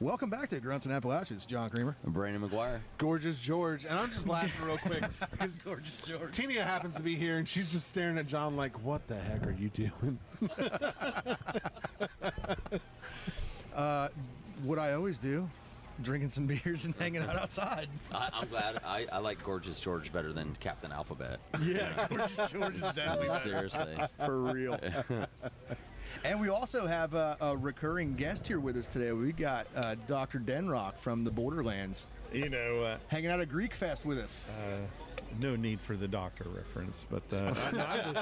Welcome back to Grunts and Appalachians, John Creamer. I'm Brandon McGuire. Gorgeous George. And I'm just laughing real quick because Gorgeous George. Tinia happens to be here and she's just staring at John like, what the heck are you doing? What I always do, drinking some beers and hanging out outside. I, I'm glad. I, I like Gorgeous George better than Captain Alphabet. Yeah, Gorgeous George is I definitely mean, better. seriously. for real. and we also have a, a recurring guest here with us today. We got uh, Dr. Denrock from the Borderlands You know, uh, hanging out at Greek Fest with us. no need for the doctor reference, but uh, I- I just-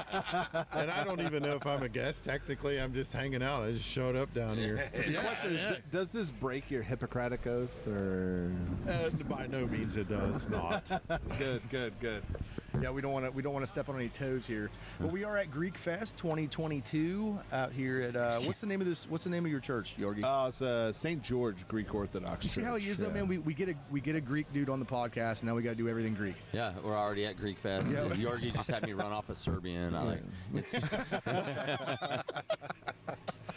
and I don't even know if I'm a guest. Technically, I'm just hanging out. I just showed up down here. Yeah, yeah. D- does this break your Hippocratic oath or Uh, by no means it does not. good, good, good. Yeah, we don't want to we don't want to step on any toes here. But we are at Greek Fest 2022 out here at uh, what's the name of this? What's the name of your church, Yorgi? Oh, it's uh, St. George Greek Orthodox. you see how he is though, man. We, we get a we get a Greek dude on the podcast, and now we got to do everything Greek. Yeah, we're already at Greek Fest. Yeah. Yorgi just had me run off a Serbian. I like. It's,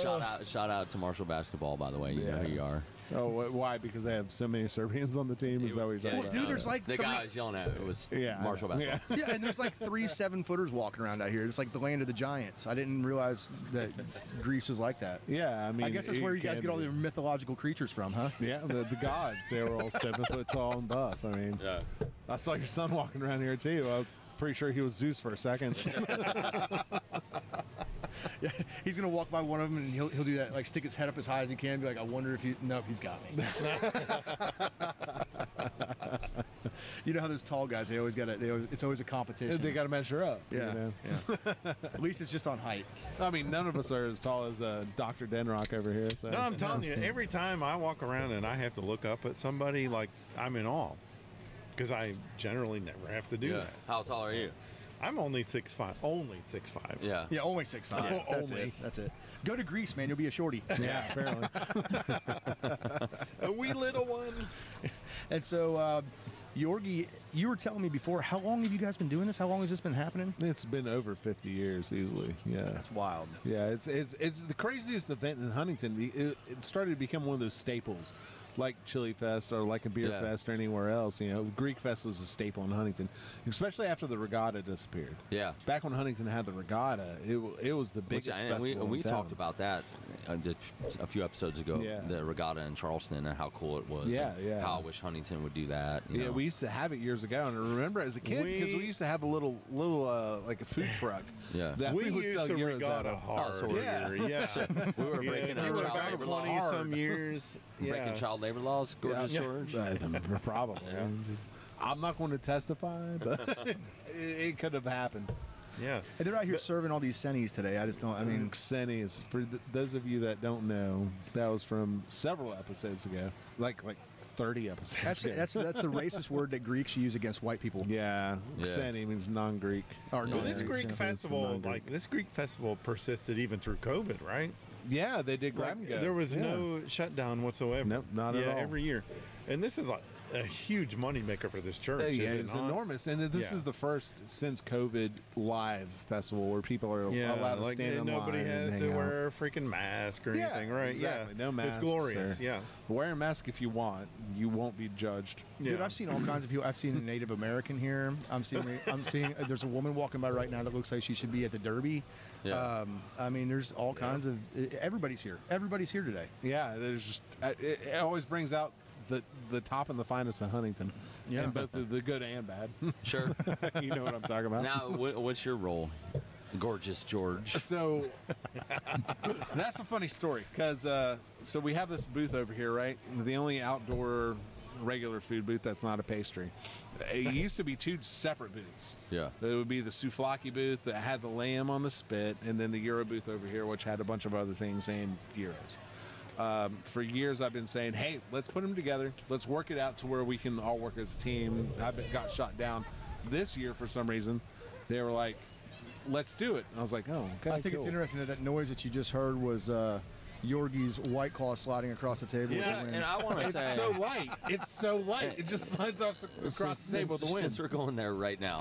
shout out! Shout out to Marshall Basketball, by the way. You know Oh. Yeah. who you are. oh, wh- why? Because they have so many Serbians on the team? Is that what you're talking Yeah, about? Well, dude, there's like the three- guy I was yelling at. It was yeah, I Marshall know. Basketball. Yeah. Yeah, and there's like three seven footers walking around out here. It's like the land of the giants. I didn't realize that Greece was like that. Yeah, I mean, I guess that's it where you guys can get all be. your mythological creatures from, huh? Yeah, the, the gods. They were all seven foot tall and buff. I mean, Yeah. I saw your son walking around here too. I was pretty sure he was Zeus for a second. He's gonna walk by one of them and he'll he'll do that, like stick his head up as high as he can, be like, I wonder if you. Nope, he's got me. you know how those tall guys? They always got to. It's always a competition. they got to measure up. you Yeah. know? At least it's just on height. I mean, none of us are as tall as uh, Doctor Denrock over here. So No, I'm telling you, every time I walk around and I have to look up at somebody, like I'm in awe, because I generally never have to do Yeah. that. How tall are you? I'm only six five. Only six five. Yeah. Yeah, only six five. Yeah, That's only. it. That's it. Go to Greece, man. You'll be a shorty. Yeah, apparently. A wee little one. and so, uh, Yorgi, you were telling me before. How long have you guys been doing this? How long has this been happening? it's been over 50 years easily. Yeah. That's wild. Yeah, it's it's it's the craziest event in Huntington. The- It, it started to become one of those staples, like Chili Fest or like a beer Yeah. fest or anywhere else. You know, Greek Fest was a staple in Huntington, especially after the regatta disappeared. Yeah. back when Huntington had the regatta, it wa- it was the Which- biggest and we, festival. in we town. talked about that uh, did- a few episodes ago. Yeah. The regatta in Charleston and how cool it was. Yeah, and yeah. How I wish Huntington would do that. you Yeah, know. we used to have it years ago, and I remember as a kid We- because we used to have a little little uh, like a food truck. Yeah. that we, would used sell to euros out regatta of. hard. Oh, so we're- yeah, yeah. we were breaking yeah, our you were child about labor twenty laws. some years. Yeah. Breaking child labor laws. Gorgeous Yeah. George. Uh, the- probably. Just- I'm not going to testify, but it, it could have happened. Yeah. And they're out here serving all these senis today. I just don't. I mean, Mm. Xenius, for th- those of you that don't know, that was from several episodes ago, like like 30 episodes that's ago. that's that's the racist word that Greeks use against white people. yeah, Xeni means non-Greek. Or Yeah. Well, this Yeah. Greek Yeah. festival, Non-Greek. like this Greek festival, persisted even through COVID, right? yeah, they did grab Like, and go. there was Yeah. no shutdown whatsoever. Nope, not at yeah, all. Every year, and this is like a huge moneymaker for this church. Yeah, is yeah, it it's not? enormous, and this Yeah. is the first since COVID live festival where people are Yeah, allowed to like stand in nobody line and has hang to out. wear a freaking mask or anything, right? Exactly. Yeah, No mask. It's glorious. Yeah, Wear a mask if you want. You won't be judged. Dude, Yeah. I've seen all kinds of people. I've seen a Native American here. I'm seeing. I'm seeing. uh, There's a woman walking by right now that looks like she should be at the Derby. Yeah. Um, I mean, there's all kinds of. e, Everybody's here. Everybody's here today. Yeah, there's just uh, it, it always brings out the the top and the finest of Huntington. Yeah. and both the, the good and bad. Sure. you know what I'm talking about. now, wh- what's your role, Gorgeous George? So that's a funny story because uh, so we have this booth over here, right? The only outdoor regular food booth that's not a pastry. It used to be two separate booths. Yeah. It would be the souvlaki booth that had the lamb on the spit, and then the gyro booth over here, which had a bunch of other things and gyros. Um, for years, I've been saying, "Hey, let's put them together. Let's work it out to where we can all work as a team." I been, got shot down this year for some reason. They were like, "Let's do it." And I was like, "Oh, okay." I think it's cool." interesting that that noise that you just heard was uh, Yorgi's white claw sliding across the table. with the Yeah, wind. and I want to say. It's so light. It's so light. It just slides off across the table. with The Since wind. we're going there right now,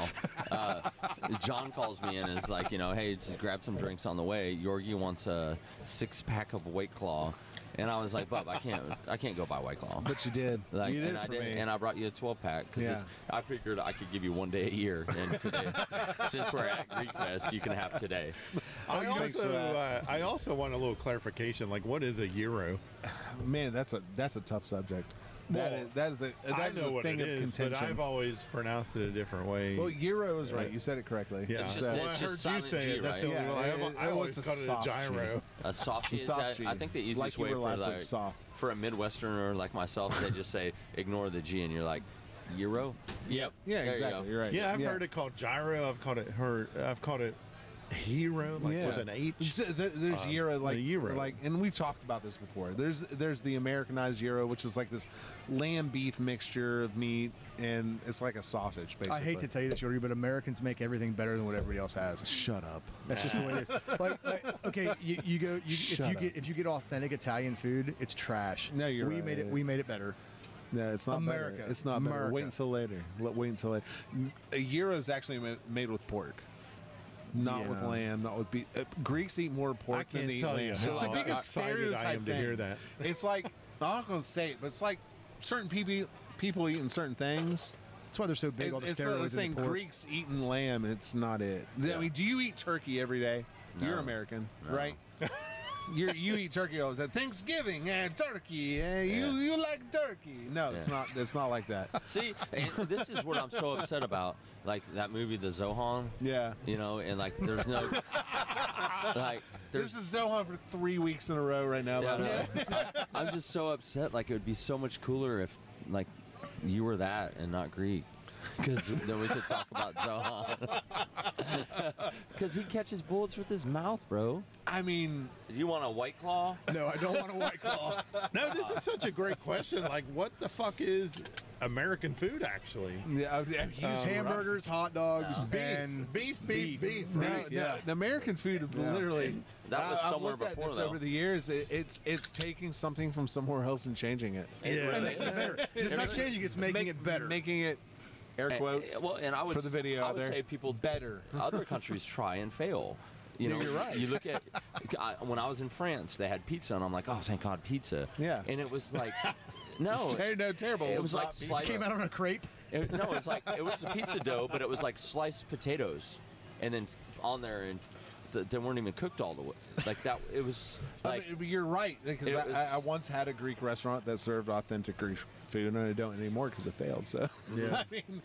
uh, John calls me in and is like, you know, hey, just grab some drinks on the way. Yorgi wants a six pack of White Claw And I was like, Bub, I can't, I can't go buy White Claw. But you did. Like, you did and it I for did, me. and I brought you a 12 pack Yeah. because I figured I could give you one day a year. And today, since we're at Greek Fest, you can have today. I Thanks for also, uh, that. I also want a little clarification. Like, what is a euro? Man, that's a that's a tough subject. That Well, is that is a that I is know a what thing it of is, but contention. I've always pronounced it a different way. well, euro is right. You said it correctly. yeah, It's just- Well, it's I just heard you silent say G, it. That's the right? Yeah, only one. I, it- have- I it- always it's a called it a soft G. gyro. A soft G. is Soft that- G. I think the easiest Like you way were for last week, like, soft. for a Midwesterner like myself, they just say ignore the G, and you're like, Euro. Yep. Yeah, There you exactly. go. You are right. Yeah, I've heard it called gyro. I've called it her. I've called it hero, like with an H. Uh, So th- there's euro like euro. like, and we've talked about this before. There's there's the Americanized euro, which is like this lamb beef mixture of meat, and it's like a sausage. Basically, I hate to tell you this, Jordy, but Americans make everything better than what everybody else has. Shut up. That's just the way it is. Like, like, okay, you, you go you, if Shut you up. get if you get authentic Italian food, it's trash. No, you're we right. made it. We made it better. No, it's not better. America. It's not better. Wait America. until later. Let- Wait until later. N- A gyro is actually ma- made with pork. Not with Yeah. lamb, not with beef. Uh, Greeks eat more pork than I can't they eat tell you lamb. how it's the biggest excited stereotype I am to thing. hear that. It's like I'm not gonna say it, but it's like certain people people eating certain things. That's why they're so big. It's, all the it's steroids like in saying the pork. Greeks eating lamb. It's not it. I Yeah. mean, do you eat turkey every day? You're No. American, No. right? you you eat turkey all the time. Thanksgiving, eh, turkey. eh, Yeah. You you like turkey? No, it's Yeah. not. It's not like that. See, and this is what I'm so upset about. Like that movie, The Zohan. Yeah. You know, and like there's no like there's This is Zohan for three weeks in a row right now. by the way. Yeah, I, am just so upset. Like it would be so much cooler if like you were that and not Greek. Because then we could talk about Zohan. Because he catches bullets with his mouth, bro. I mean, You want a white claw? No, I don't want a white claw. No, this is such a great question. Like, what the fuck is American food actually? yeah, I- I- he's Um, hamburgers, hot dogs, Beef, and beef, beef, beef, No, right? no, the American food is Yeah. literally. That was I- I've somewhere looked at before, this though. over the years. It, it's it's taking something from somewhere else and changing it. And Yeah. making it better. It's not changing. It's making Make- it better. Making it air And- quotes. Eh, well, and I would for the video I out would there. say people better. other countries try and fail. You know, You're right. You look at I, when I was in France, they had pizza, and I'm like, oh, thank God, pizza. Yeah. And it was like, no, Ter- no, terrible. It It's was like not pizza. sliced. Came out on a crepe. it- no, it's like it was a pizza dough, but it was like sliced potatoes, and then on there, and th- they weren't even cooked all the way. Like that, it was I like mean, you're right because It I, was- I, I once had a Greek restaurant that served authentic Greek food, and I don't anymore because it failed. So, Yeah. I mean,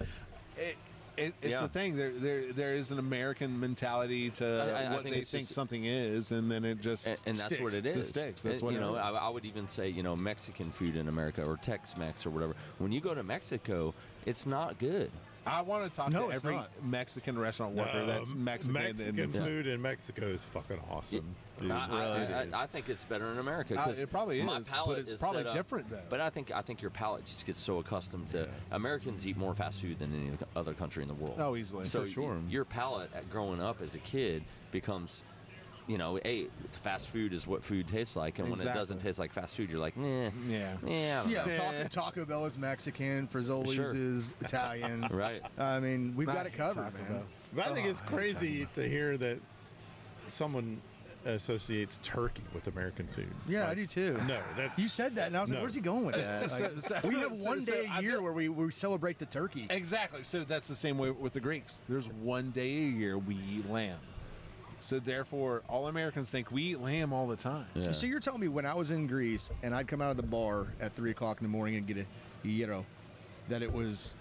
it, it, it's Yeah. the thing. There, there, there is an American mentality to I- I what think they it's think just- something is, and then it just and, and that's what sticks. it is. It sticks. That's And, what you it know. is. I, I would even say you know Mexican food in America or Tex-Mex or whatever. When you go to Mexico, it's not good. I want to talk No, to it's every not. Mexican restaurant worker Uh, that's Mexican. and- Mexican and- food in Mexico is fucking awesome. dude. I, I- really I- is. I think it's better in America. Uh, 'cause it probably my is, but palate it's is probably set up- different, though. But I think I think your palate just gets so accustomed to Americans eat more fast food than any other country in the world. Oh, easily. So For sure. y- your palate at growing up as a kid becomes, you know, hey, fast food is what food tastes like, and when it doesn't Exactly. taste like fast food, you're like, nah, Yeah. yeah, Yeah, Taco, Taco Bell is Mexican. Frizoli's Sure. is Italian. right. I mean, we've I got it hate covered, Taco man. Bell. But I think Oh, it's I hate Taco crazy to hear that someone associates turkey with American food. Yeah, I Like, do too. No, that's You said that, and I was like, No. "Where's he going with that?" Like, so- we have so- one so day I a year bet- where we, we celebrate the turkey. Exactly. So that's the same way with the Greeks. There's one day a year we eat lamb. So therefore, all Americans think we eat lamb all the time. Yeah. So you're telling me when I was in Greece and I'd come out of the bar at three o'clock in the morning and get a gyro, that it was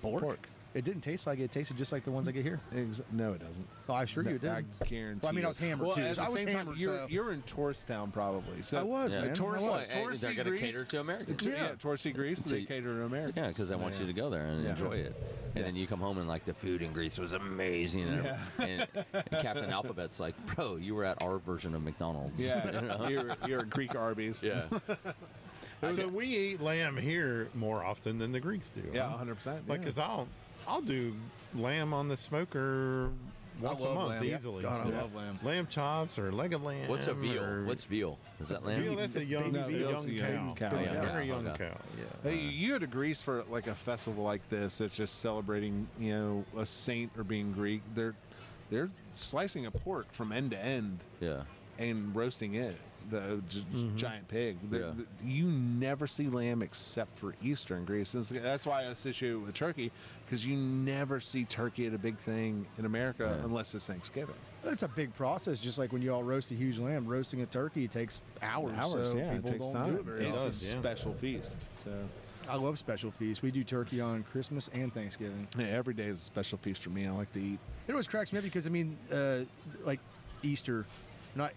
pork? Pork. It didn't taste like it. It tasted just like the ones I get here. Ex- no, it doesn't. Oh, I assure No, you it did. I guarantee. Well, I mean, I was you. hammered Well, too. At the I was same hammered, time, you're, so- you're in Tourstown probably. So I was, Yeah. man. Tourist, I was. Hey, touristy they're gonna Greece- cater to Americans. Yeah, Yeah. touristy Greece. So They you- cater to Americans. Yeah, because I want you to go there and Yeah. enjoy it. And then you come home and like the food in Greece was amazing. And, and, and Captain Alphabet's like, bro, you were at our version of McDonald's. You Yeah, know? you're, you're at Greek Arby's. yeah. So we eat lamb here more often than the Greeks do. yeah, huh? 100. percent Like, cause I'll I'll do lamb on the smoker once a love month lamb. Yeah. easily. God, I love lamb. Lamb chops or leg of lamb. What's a veal? or- What's veal? Is that veal? lamb? That's a It's young, baby a veal. young, It's a young cow. cow. A Yeah, very yeah, young okay. cow. Yeah. Hey, you had to Greece for like a festival like this that's just celebrating, you know, a saint or being Greek. They're they're slicing a pork from end to end Yeah. and roasting it. the g- g- giant pig. The- Yeah. the- you never see lamb except for Easter in Greece. And it's- that's why I associate it with turkey because you never see turkey at a big thing in America unless it's Thanksgiving. It's a big process, just like when you all roast a huge lamb. Roasting a turkey takes hours. so people don't do it very it's often. a does, yeah. special feast. So I love special feasts. We do turkey on Christmas and Thanksgiving. yeah, every day is a special feast for me. I like to eat. It always cracks me up because I mean, uh, like Easter, not.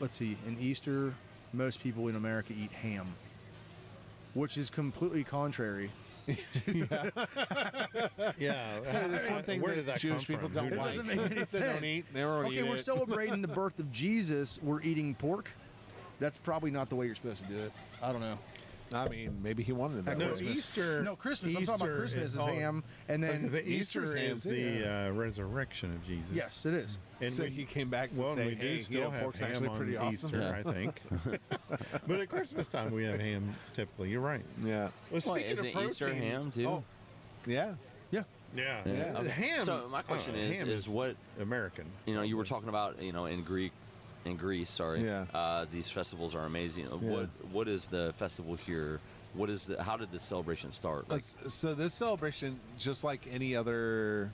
Let's see. In Easter, most people in America eat ham, which is completely contrary. Yeah, That's one thing Where that did that Jewish come people don't from? Who It like. doesn't make any sense. They don't eat. They don't okay, eat we're it. celebrating the birth of Jesus. We're eating pork. That's probably not the way you're supposed to do it. I don't know. I mean, maybe he wanted it that No, Christmas. Easter. No, Christmas. I'm talking about Christmas is, called- ham, and I was then gonna say Easter's Easter ham, is too, the uh, resurrection of Jesus. yes, it is. and So he came back to well, and say, we do "Hey, still yeah, have pork's ham actually on pretty awesome." Easter, I think. but at Christmas time, we have ham typically. You're right. Yeah, Well, Wait, is it Easter ham too? Oh, yeah. Yeah. Yeah, Yeah. yeah. Okay. ham. So my question uh, is- ham is what- American? you know, you were talking about, you know, in Greek, in Greece, sorry. Yeah. Uh, these festivals are amazing. Uh, What What is the festival here? What is the? How did the celebration start? Uh, Like, s- so this celebration, just like any other,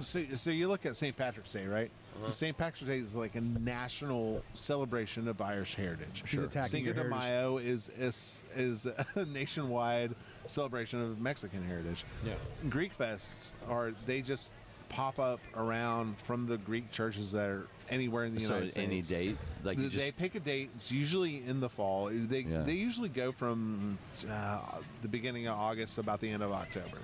so, so you look at St. Patrick's Day, right? Uh-huh. St. Patrick's Day is like a national celebration of Irish heritage. He's attacking Cinco your de heritage. Mayo is, is is a nationwide celebration of Mexican heritage. Yeah. Greek fests are they just pop up around from the Greek churches that are anywhere in the so United States. any date, like you Th- they just pick a date. It's usually in the fall. They Yeah. they usually go from uh, the beginning of August to about the end of October,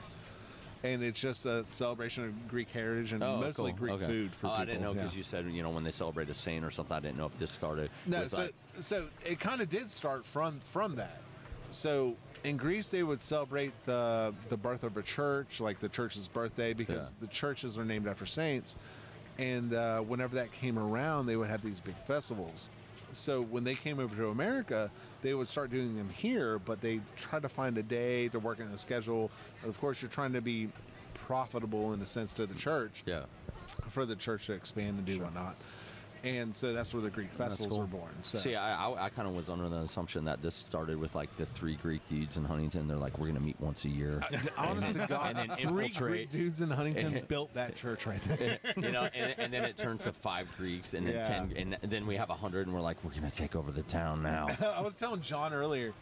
and it's just a celebration of Greek heritage and Oh, mostly cool. Greek Okay. food for oh, people. I didn't know because Yeah. you said you know when they celebrate a saint or something. I didn't know if this started. No, with, so like- so it kind of did start from from that. So in Greece, they would celebrate the the birth of a church, like the church's birthday, because Yeah. the churches are named after saints. And uh, whenever that came around, they would have these big festivals. So when they came over to America, they would start doing them here, but they tried to find a day to work in the schedule. Of course, you're trying to be profitable in a sense to the church yeah. for the church to expand and do whatnot. And so that's where the Greek festivals cool. were born. So. See, I I, I kind of was under the assumption that this started with like the three Greek dudes in Huntington. They're like, we're gonna meet once a year. Honest to God, and then three Greek infiltrate. dudes in Huntington built that church right there. you know, and, and then it turns to five Greeks, and then Yeah. ten, and then we have a hundred, and we're like, we're gonna take over the town now. I was telling John earlier,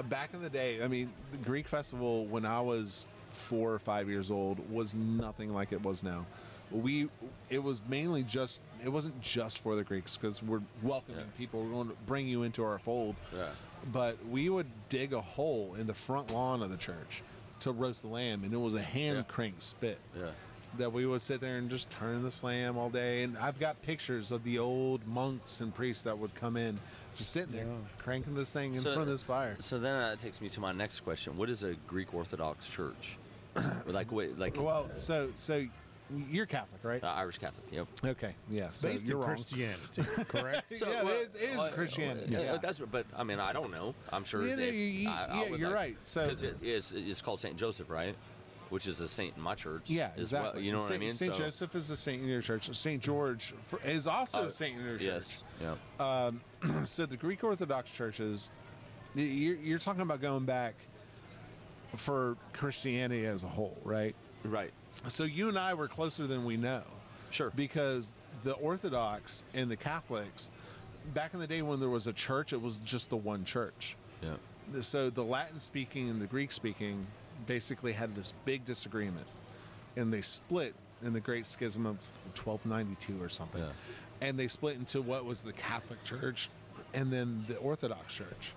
uh, back in the day, I mean, the Greek festival when I was four or five years old was nothing like it was now. We, it was mainly just, it wasn't just for the Greeks because we're welcoming people. We're going to bring you into our fold. Yeah. But we would dig a hole in the front lawn of the church to roast the lamb, and it was a hand Yeah. crank spit. Yeah. that we would sit there and just turn the slam all day. And I've got pictures of the old monks and priests that would come in, just sitting there cranking this thing in So- uh, front of this fire. So then that takes me to my next question: What is a Greek Orthodox church? Or like, what, like Well, so so you're Catholic, right? uh, Irish Catholic? Yep. Okay, yeah. So Based you're in wrong. Christianity, correct? So, yeah, it is, it is uh, Christianity. uh, yeah. That's what- but I mean I don't know. I'm sure. Yeah, no, they- you- you- I- I yeah, would you're like- right. So- 'cause it is it's called Saint Joseph, right? Which is a saint in my church. Yeah, as well, exactly. You know Saint, what I mean? Saint So- Joseph is a saint in your church. Saint George for, is also Uh, a saint in your Yes. Uh, church. Yeah. so the Greek Orthodox churches, y- you're, you're talking about going back for Christianity as a whole, right? right. So you and I were closer than we know. Sure. Because the Orthodox and the Catholics, back in the day when there was a church, it was just the one church. Yeah. So the Latin speaking and the Greek speaking basically had this big disagreement and they split in the Great Schism of 1292 or something. Yeah. And they split into what was the Catholic Church and then the Orthodox Church.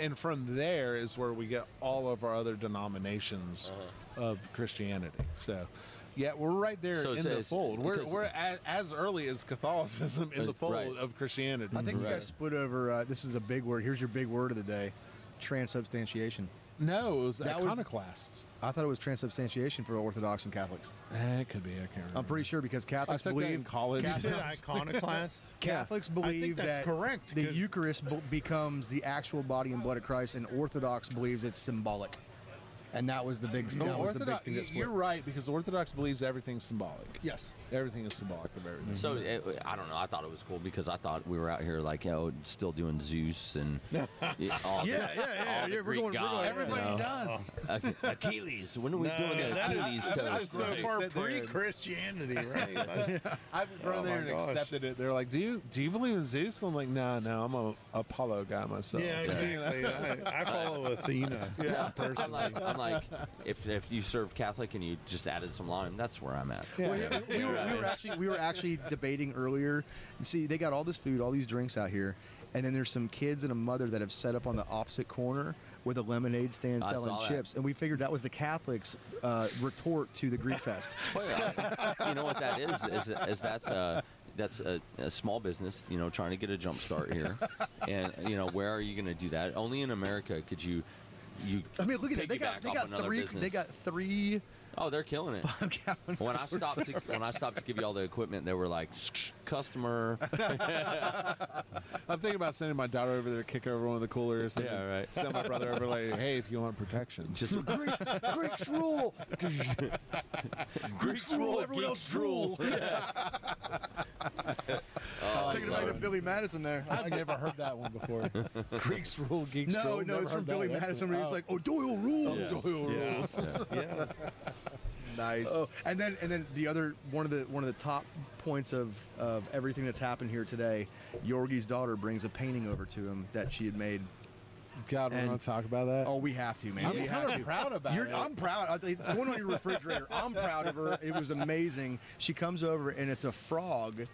And from there is where we get all of our other denominations of Christianity. So, yeah, we're right there Uh-huh. So in it's- the it's- fold. We're, because- we're as, as early as Catholicism in Uh, the fold right. of Christianity. I think this guy split over. Uh, this is a big word. Here's your big word of the day: transubstantiation. no, it was That was- iconoclasts. I thought it was transubstantiation for Orthodox and Catholics. Eh, it could be. I can't remember. I'm pretty sure because I Catholics took that in believe college. You said iconoclast. Catholics I believe think that's that correct. the 'cause- Eucharist b- becomes the actual body and blood of Christ, and Orthodox believes it's symbolic. and that was the big No, that was the big Orthodox. thing that split. you're right because the Orthodox believes everything's symbolic. Yes. Everything is symbolic of everything. So it, I don't know. I thought it was cool because I thought we were out here like you know, still doing Zeus and yeah, all the, Yeah, yeah, yeah, all the yeah, we're Greek going- we're going- gods, you everybody know? does. Ach- Achilles. When are we doing the that is- Achilles that toast? is so Right. far Sit there and- pre-Christianity, right? I've grown Oh there my and gosh. accepted it. They're like, "Do you do you believe in Zeus?" I'm like, "No, no, I'm a Apollo guy myself." yeah, exactly. I, I follow Athena. Yeah, I'm personally. like, I'm like, if if you serve Catholic and you just added some lime, that's where I'm at. Yeah. Well, yeah, we, were, we were actually we were actually debating earlier. See, they got all this food, all these drinks out here, and then there's some kids and a mother that have set up on the opposite corner with a lemonade stand I selling saw that. chips, and we figured that was the Catholics' uh, retort to the Greek fest. Oh, yeah. you know what that is? Is, is that's a that's a, a small business, you know, trying to get a jump start here, and you know, where are you going to do that? Only in America could you. You I mean, look at that. They piggyback got they off got another three Business. they got three. Oh, they're killing it. When I stopped to when I stopped to give you all the equipment, they were like, "Shh, customer. I'm thinking about sending my daughter over there, to kick over one of the coolers. and Yeah, then right. Send my brother over, like, "Hey, if you want protection, Just Greek, Greeks rule. Greeks rule. everyone else drool. Taking it back to Billy Madison there. I've never heard that one before. Greeks rule, geeks rule. no, no, Never it's from heard that Billy one. That's Madison. an- Where he's oh. like, "Oh, Doyle rules." Yes. Doyle rules. yeah. yeah. Nice. and then and then the other one of the one of the top points of of everything that's happened here today, Yorgi's daughter brings a painting over to him that she had made. God, we're and- gonna talk about that. Oh, we have to, man. I'm we have kinda to. proud about You're, it. I'm proud. I- It's going on your refrigerator. I'm proud of her. It was amazing. She comes over and it's a frog.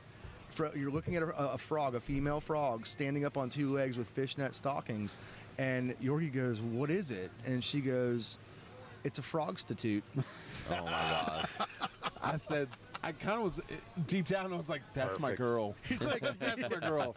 Fro- You're looking at a, a frog, a female frog, standing up on two legs with fishnet stockings, and Yorgi goes, "What is it?" And she goes, "It's a frogstitute." Oh my god. I said, I kind of was eh, deep down. I was like, "That's my Perfect. girl." He's like, "That's my girl."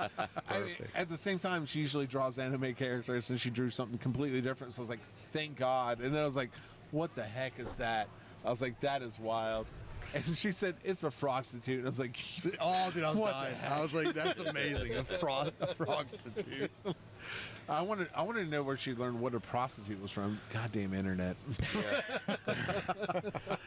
I mean, at the same time, she usually draws anime characters, and she drew something completely different. So I was like, "Thank God!" And then I was like, "What the heck is that?" I was like, "That is wild." And she said, "It's a prostitute." And I was like, Oh, dude, I was What the dying. I was like, that's amazing. A frog, a frogstitute. "I wanted, I wanted to know where she learned what a prostitute was from." Goddamn internet!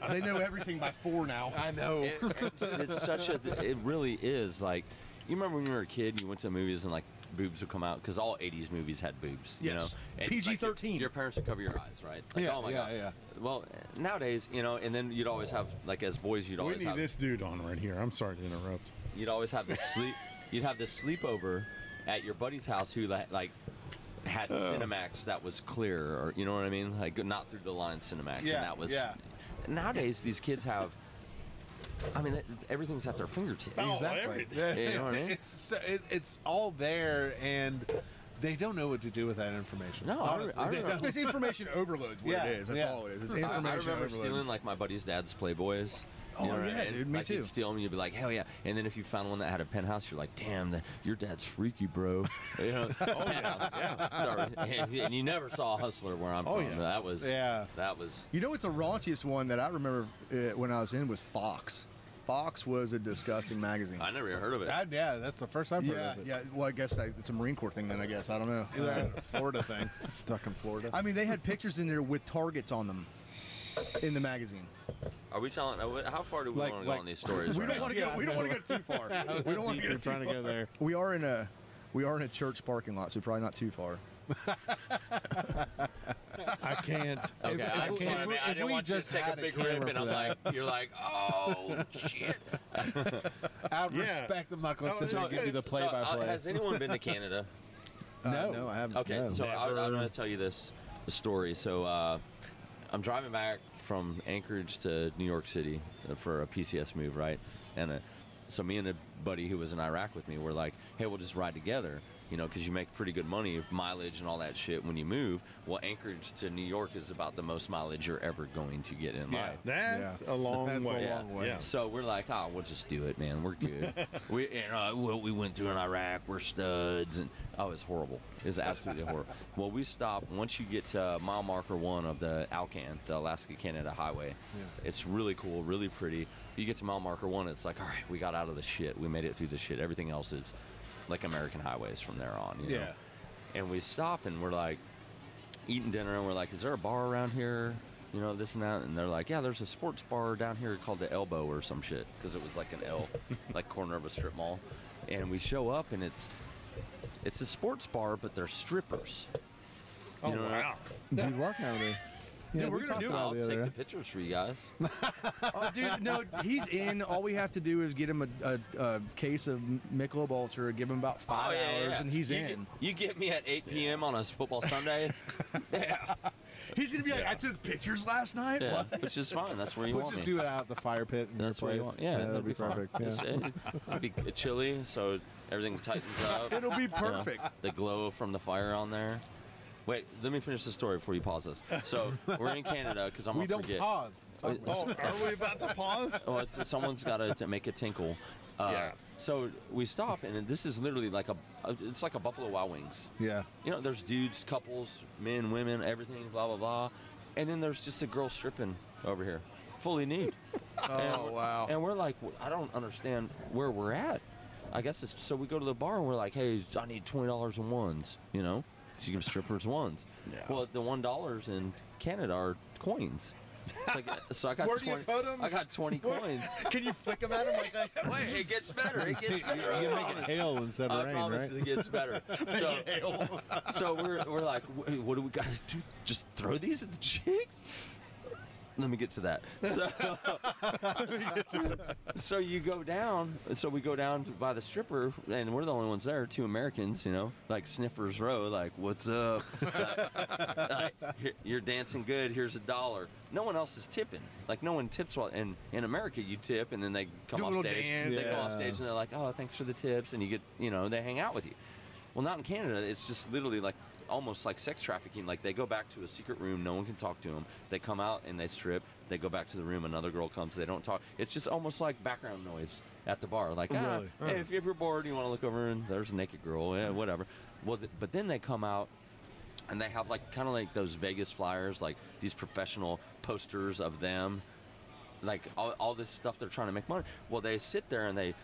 They know everything by four now. I know. It- it's such a. It really is like. You remember when you were a kid and you went to the movies and like boobs would come out because all '80s movies had boobs. You Yes. know, And, like, PG-13. your, your parents would cover your eyes, right? Like, Yeah, oh my yeah, god. yeah. Well, nowadays, you know, and then you'd always have like as boys, you'd We always need have this dude on right here. I'm sorry to interrupt. you'd always have this sleep you'd have this sleepover at your buddy's house who li- like Oh. had Cinemax that was clear or you know what I mean like not through the line Cinemax Yeah, and that was yeah. nowadays these kids have I mean it- everything's at their fingertips Oh, Exactly. You know what I mean? It's so- it, it's all there, and they don't know what to do with that information. No, I re- honestly, I they remember- don't. It's information overload's what Yeah, it is. That's yeah. all it is. It's I- information I, remember overload. stealing like my buddy's dad's Playboys you Oh, know, yeah, and, dude, me like, too. You'd steal them, you'd be like, hell yeah! And then if you found one that had a penthouse, you're like, damn, the, your dad's freaky, bro. You know, oh yeah, And, and you never saw Hustler where I'm from. yeah. That was Oh, Yeah. That was You know what's the raunchiest one that I remember uh, when I was in was Fox. Fox was a disgusting magazine. I never even heard of it. That- yeah, that's the first I've heard yeah, of it. yeah. Well, I guess I, it's a Marine Corps thing then, I guess. I don't know. Uh, That Florida thing, stuck in Florida. I mean, they had pictures in there with targets on them in the magazine. Are we telling? uh, How far do we Like- want to go like- on these stories? We right don't now? want to go. We don't want to go too far. we don't want to Deep, go we're too trying to go there. We are in a we are in a church parking lot, so probably not too far. I can't. Okay, If- I'm sorry, if- if man. we- I if didn't we want you to just take a had a big camera rip, and for I'm that. like, you're like, oh shit. Out of Yeah. respect, I'm not going No, to sit there and it's- give you the So, uh, play-by-play. has anyone been to Canada? Uh, No. no, I haven't. Okay, No. so I, I'm Never. going to tell you this story. So uh, I'm driving back from Anchorage to New York City uh, for a PCS move, right? And uh so me and a buddy who was in Iraq with me were like, "Hey, we'll just ride together." You know, because you make pretty good money, mileage and all that shit when you move. Well, Anchorage to New York is about the most mileage you're ever going to get in life. That's Yeah. a long That's a way. Yeah. long way. Yeah. So we're like, oh, we'll just do it, man. We're good. we you know what we went through in Iraq, we're studs, and oh, it's horrible. It's absolutely horrible. Well, we stop once you get to mile marker one of the Alcan, the Alaska Canada Highway. It's really cool, really pretty. You get to mile marker one, it's like, all right, we got out of the shit. We made it through the shit. Everything else is like American highways from there on. you know? Yeah. And we stop and we're like eating dinner and we're like, is there a bar around here? you know, this and that. And they're like, yeah, there's a sports bar down here called the Elbow or some shit because it was like an L, like corner of a strip mall. And we show up and it's it's a sports bar, but they're strippers. Oh, know what? wow. Dude, working on it. Yeah, Dude, we're we gonna talked do it. about I'll it the take other the day. pictures for you guys. Oh, dude, no, he's in. All we have to do is get him a, a, a case of Michelob Ultra, give him about Oh, five yeah, yeah, hours, yeah. and he's you in. Get, you get me at 8 p.m. on a football Sunday, He's gonna be like, Yeah. I took pictures last night. yeah, What? which is fine. That's where you We'll want just me. do it out at the fire pit. In That's your where you place. want. Yeah, that'd that'd be fine. perfect. It's- Yeah. It, would be chilly, so everything tightens up. It'll be you know, perfect. the glow from the fire on there. Wait, let me finish the story before you pause this. So we're in Canada because I'm We gonna don't forget. pause. Wait, Oh, are we about to pause? Oh, it's, someone's got to make a tinkle. Uh, Yeah. So we stop, and this is literally like a, a- it's like a Buffalo Wild Wings. Yeah. You know, there's dudes, couples, men, women, everything, blah blah blah, and then there's just a girl stripping over here, fully nude. Oh wow. And we're like, "Well, I don't understand where we're at. I guess it's so we go to the bar and we're like, hey, I need twenty dollars in ones. You know, she gives strippers ones. Yeah. Well, the one dollars in Canada are coins. So I got, so I got Where do you 20, put 'em? I got twenty coins. Can you flick him at him like that? Wait, it gets better. It See, gets you, you better. make it hail instead of I rain, promise right? it gets better. So, so we're, we're like, "Wait, what do we got to do? Just throw these at the chicks? Let me get to that. So, so you go down. So we go down to- by the stripper, and we're the only ones there, two Americans, you know, like Sniffers Row, like, what's up? like, "Here- you're dancing good. Here's a dollar. No one else is tipping. Like no one tips. While, and in America, you tip, and then they come Do a off little stage. dance. They come off Yeah. stage, and they're like, "Oh, thanks for the tips," and you get, you know, they hang out with you. Well, not in Canada. It's just literally like almost like sex trafficking. Like they go back to a secret room. No one can talk to them. They come out and they strip. They go back to the room. Another girl comes. They don't talk. It's just almost like background noise at the bar. Like, ah, Really? hey, if you're bored, you want to look over and there's a naked girl. Yeah, whatever. Well, th- but then they come out and they have like kind of like those Vegas flyers, like these professional posters of them, like all, all this stuff they're trying to make money. Well, they sit there and they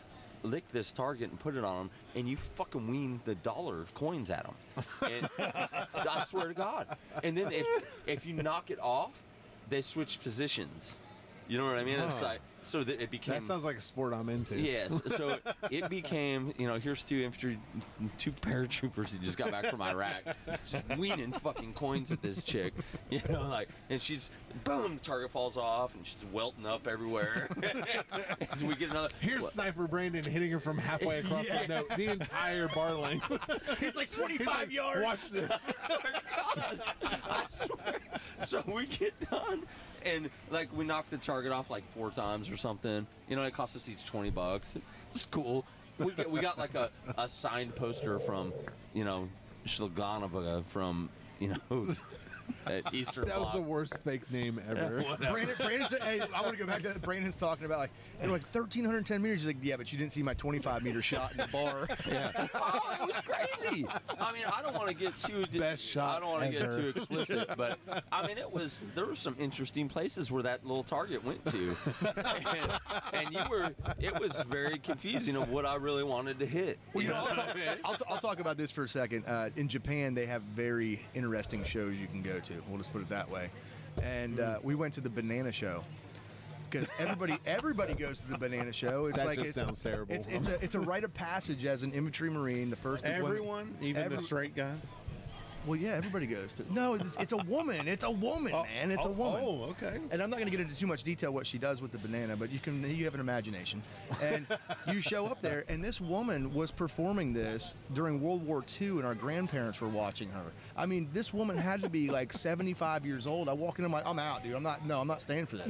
lick this target and put it on them, and you fucking wean the dollar coins at them. And I swear to God. And then if if you knock it off, they switch positions. You know what I mean? It's like so that it became That sounds like a sport I'm into. Yes. So it- it became, you know, here's two infantry, two paratroopers who just got back from Iraq, just weaning fucking coins at this chick, you know, like, and she's, boom, the target falls off, and she's welting up everywhere. and we get another. Here's Sniper Brandon hitting her from halfway across the, no, the entire bar length. He's like 25 He's like, Watch this. I swear. So we get done, and like we knocked the target off like four times or something. You know, it cost us each twenty bucks. It's cool. We get, we got like a, a signed poster from you know Shlaganovica from you know at Eastern That was Bloc. the worst fake name ever. Brandon, Brandon's, hey, I want to go back to that. Brandon's talking about like they're like 1310 meters. He's like, yeah, but you didn't see my 25 meter shot in the bar. Yeah. oh, it was crazy. I mean, I don't want to get too. Best shot I don't want to get ever. too explicit, but I mean, it was. There were some interesting places where that little target went to, and, and you were. It was very confusing of what I really wanted to hit. Well, you know, I'll what talk, I mean? I'll, t- I'll talk about this for a second. Uh, in Japan, they have very interesting shows you can go to. We'll just put it that way. And uh, we went to the banana show because everybody everybody goes to the banana show. It's That like just it's, sounds terrible. It's, it's, a, it's a rite of passage as an infantry marine. The first deployment- Everyone, even Every- the straight guys. Well, yeah, everybody goes to. No, it's, it's a woman. It's a woman, man. It's a oh, woman. Oh, okay. And I'm not going to get into too much detail what she does with the banana, but you can you have an imagination. And you show up there, and this woman was performing this during World War II, and our grandparents were watching her. I mean, this woman had to be like 75 years old. I walk in, I'm like, I'm out, dude. I'm not. No, I'm not staying for this.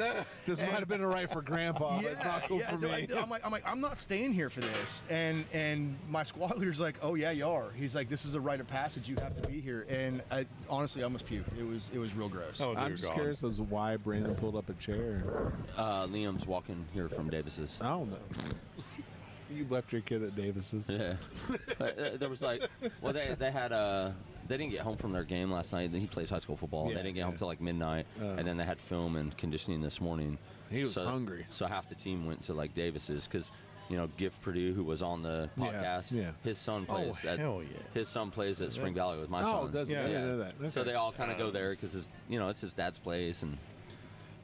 This might have been a right for Grandpa. but it's not cool yeah, for dude, I- me. dude, I'm like, I'm like, I'm not staying here for this. And and my squad leader's like, oh yeah, you are. He's like, this is a rite of passage. You have to be here. And I, honestly, I almost puked. It was it was real gross. Oh, dear I'm just God. curious as to why Brandon pulled up a chair. Uh, Liam's walking here from Davis's. I don't know. You left your kid at Davis's. Yeah. But, uh, there was like, well, they, they had Uh, they didn't get home from their game last night. He plays high school football. Yeah, they didn't get home yeah. till like midnight, and then they had film and conditioning this morning. He was hungry. So half the team went to like Davis's because you know Giff Purdue, who was on the Yeah, podcast, yeah. his son plays. at, Oh, hell yes. His son plays at Spring Valley with my Oh, son. does he? I Yeah. didn't know that. So Okay. they all kind of go there because it's you know it's his dad's place and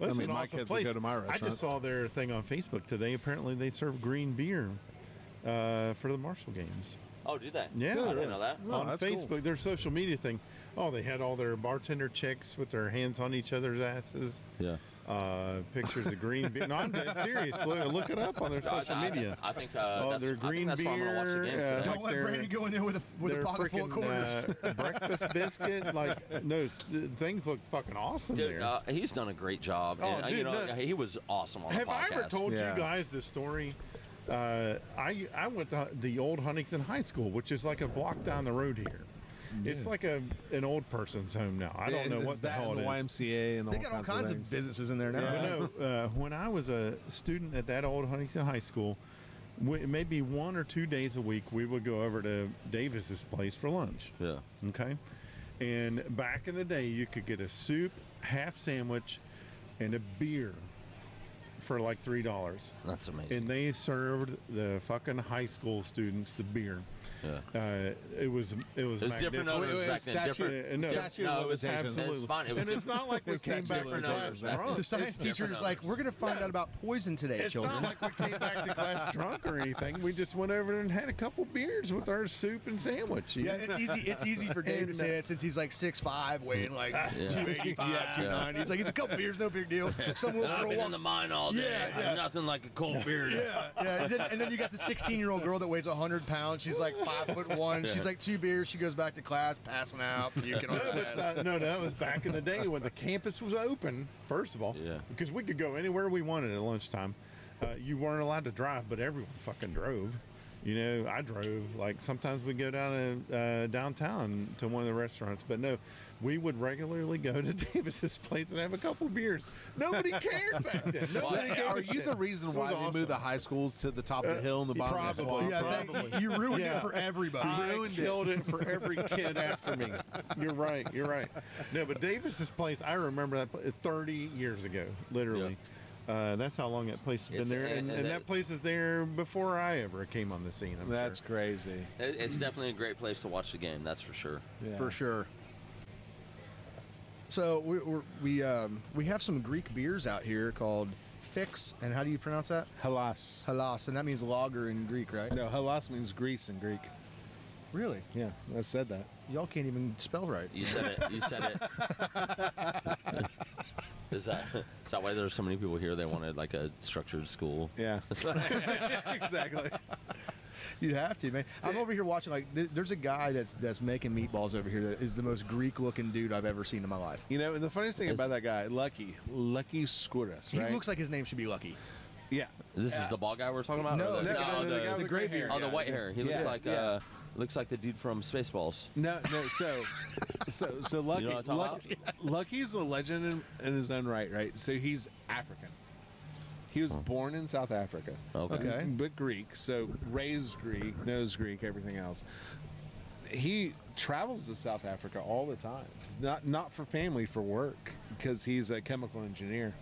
That's I mean, an my awesome kids place. would go to my I restaurant. just saw their thing on Facebook today. Apparently, they serve green beer uh, for the Marshall games. Oh, do they? Yeah, I didn't know that. Oh, on that's cool. Facebook, their social media thing. Oh, they had all their bartender chicks with their hands on each other's asses. Yeah. Uh, pictures of green beer. No, I'm dead serious. Look, look it up on their social I, I- media. I think. Uh, Oh, that's, their green I think that's why I'm gonna watch the beer, game uh, today. Like Don't let they're- Brady go in there with a with a Their pocket full of quarters. freaking, uh, breakfast biscuit, like no, s- things look fucking awesome Dude, there. uh, he's done a great job. Oh, and, uh, you dude, know, no. he was awesome on Have the podcast. I ever told Yeah. you guys the story? Uh, I I went to the old Huntington High School, which is like a block down the road here. It's like a an old person's home now. I don't know It's what the that hell and it is. YMCA and They got all kinds of things. businesses in there now. But no, uh, when I was a student at that old Huntington High School, we, maybe one or two days a week we would go over to Davis's place for lunch. Yeah. Okay. And back in the day, you could get a soup, half sandwich, and a beer for like three dollars. That's amazing. And they served the fucking high school students the beer. Yeah. Uh, it was it was, It was different magnificent. over Wait, wait, back then. statue- uh, Different. no. different- Statue of no, it was limitations. It was Absolutely. fun. It was and it's different. not like we It's that came back from different class numbers, that- drunk. The science It's teacher different is like, numbers. "We're gonna find out about poison today, It's children." not like we came back to class drunk or anything. We just went over and had a couple beers with our soup and sandwich. you yeah, know? it's easy. It's easy for Dave to say that since he's like six five, weighing like two eighty five, two ninety. It's like it's a couple beers, no big deal. Some little And I've girl been in walk. the mine all day. Yeah, yeah. Nothing like a cold beer. Yeah, yeah. And then, and then you got the sixteen year old girl that weighs hundred pounds. She's like five foot one. She's like two beers. She goes back to class, passing out, puking on her But desk. uh, no, that was back in the day when the campus was open. First of all, Yeah. because we could go anywhere we wanted at lunchtime. Uh, you weren't allowed to drive, but everyone fucking drove. You know, I drove. Like sometimes we go down to uh, downtown to one of the restaurants, but no, we would regularly go to Davis's place and have a couple beers. Nobody cared back then. Nobody Why- gave Are a you shit. the reason It was why they awesome. moved the high schools to the top of the hill and the bottom of the probably. swamp? Yeah, thank, you ruined Yeah. it for everybody. I killed it. for every kid after me. You're right. You're right. No, but Davis's place. I remember that pla- 30 years ago, literally. Uh, that's how long that place has been It's- there, and, and- and, and that it- place is there before I ever came on the scene. I'm That's sure. crazy. It- It's definitely a great place to watch the game. That's for sure. Yeah. for sure. So we we're, we um, we have some Greek beers out here called Fix, and how do you pronounce that? Halas. Halas, and that means lager in Greek, right? No, halas means Greece in Greek. Really? Yeah, I said that. Y'all can't even spell right. You said it. You said it. is that is that why there's so many people here? They wanted like a structured school. Yeah. exactly. You'd have to, man. I'm over here watching like th- there's a guy that's that's making meatballs over here that is the most Greek-looking dude I've ever seen in my life. You know, and the funniest thing Is- about that guy, Lucky, Lucky Skouras, He right? looks like his name should be Lucky. yeah. This is the ball guy we're talking about. No, Or Oh, no, no, the the, guy with the, the gray beard. oh, the Yeah. white hair. He looks Yeah, like yeah. uh, looks like the dude from Spaceballs. No, no. So, so, so Lucky, You know what I'm Lucky, talking Lucky's a legend in, in his own right, right? So he's African. He was born in South Africa, Hmm. Okay. Okay. but Greek. So raised Greek, knows Greek, everything else. He travels to South Africa all the time, not not for family, for work, because he's a chemical engineer.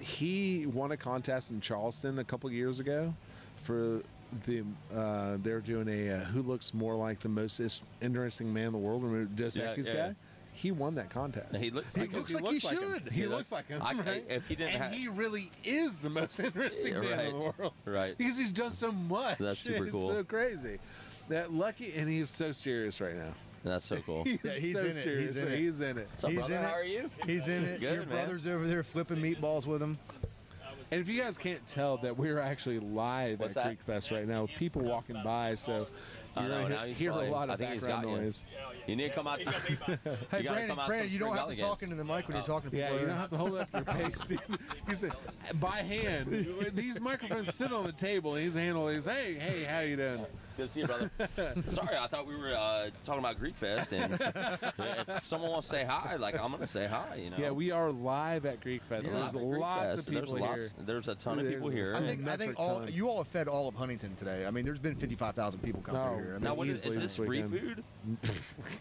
He won a contest in Charleston a couple years ago for the uh, they're doing a uh, who looks more like the most is- interesting man in the world, remember Dos Yeah, Equis yeah. guy. He won that contest. He looks like him. Because He looks like he him. should. He He looks- looks like him. I- I- right? if he didn't and ha- he really is the most interesting Yeah, man in the right. world, Right. Because he's done so much. That's super it's cool. So crazy. That lucky, and he's so serious right now. That's so cool. What's Yeah, he's so in it. He's serious. in it. He's in it. up, He's brother? in it. How are you? He's in it. Good, Your man. brother's over there flipping meatballs with him. And if you guys can't tell that we're actually live What's at that? Creek Fest right now with people walking by, so I don't you're know, gonna now he- Oh, he's hear a probably- lot I of think he's background got you. noise. You need to come out. To, Hey, You gotta Brandon, come out Brandon, some you don't spring have Oh. to valley talk games. into the mic when you're talking to Yeah, people. you don't have to hold it up your face, dude. He said, by hand. These microphones sit on the table, and he's handling. He's hey, hey, how you doing? good to see you, brother. Sorry, I thought we were uh, talking about Greek Fest, and if someone wants to say hi, like I'm gonna say hi. You know. Yeah, we are live at Greek Fest. Yeah. There's Greek lots Fest, of people there's here. there's a ton of There's people a- here. I think I think Metric all ton. you all have fed all of Huntington today. I mean, there's been 55,000 people come No. through here. I mean, now, what it's- is, is easily this this free weekend. food?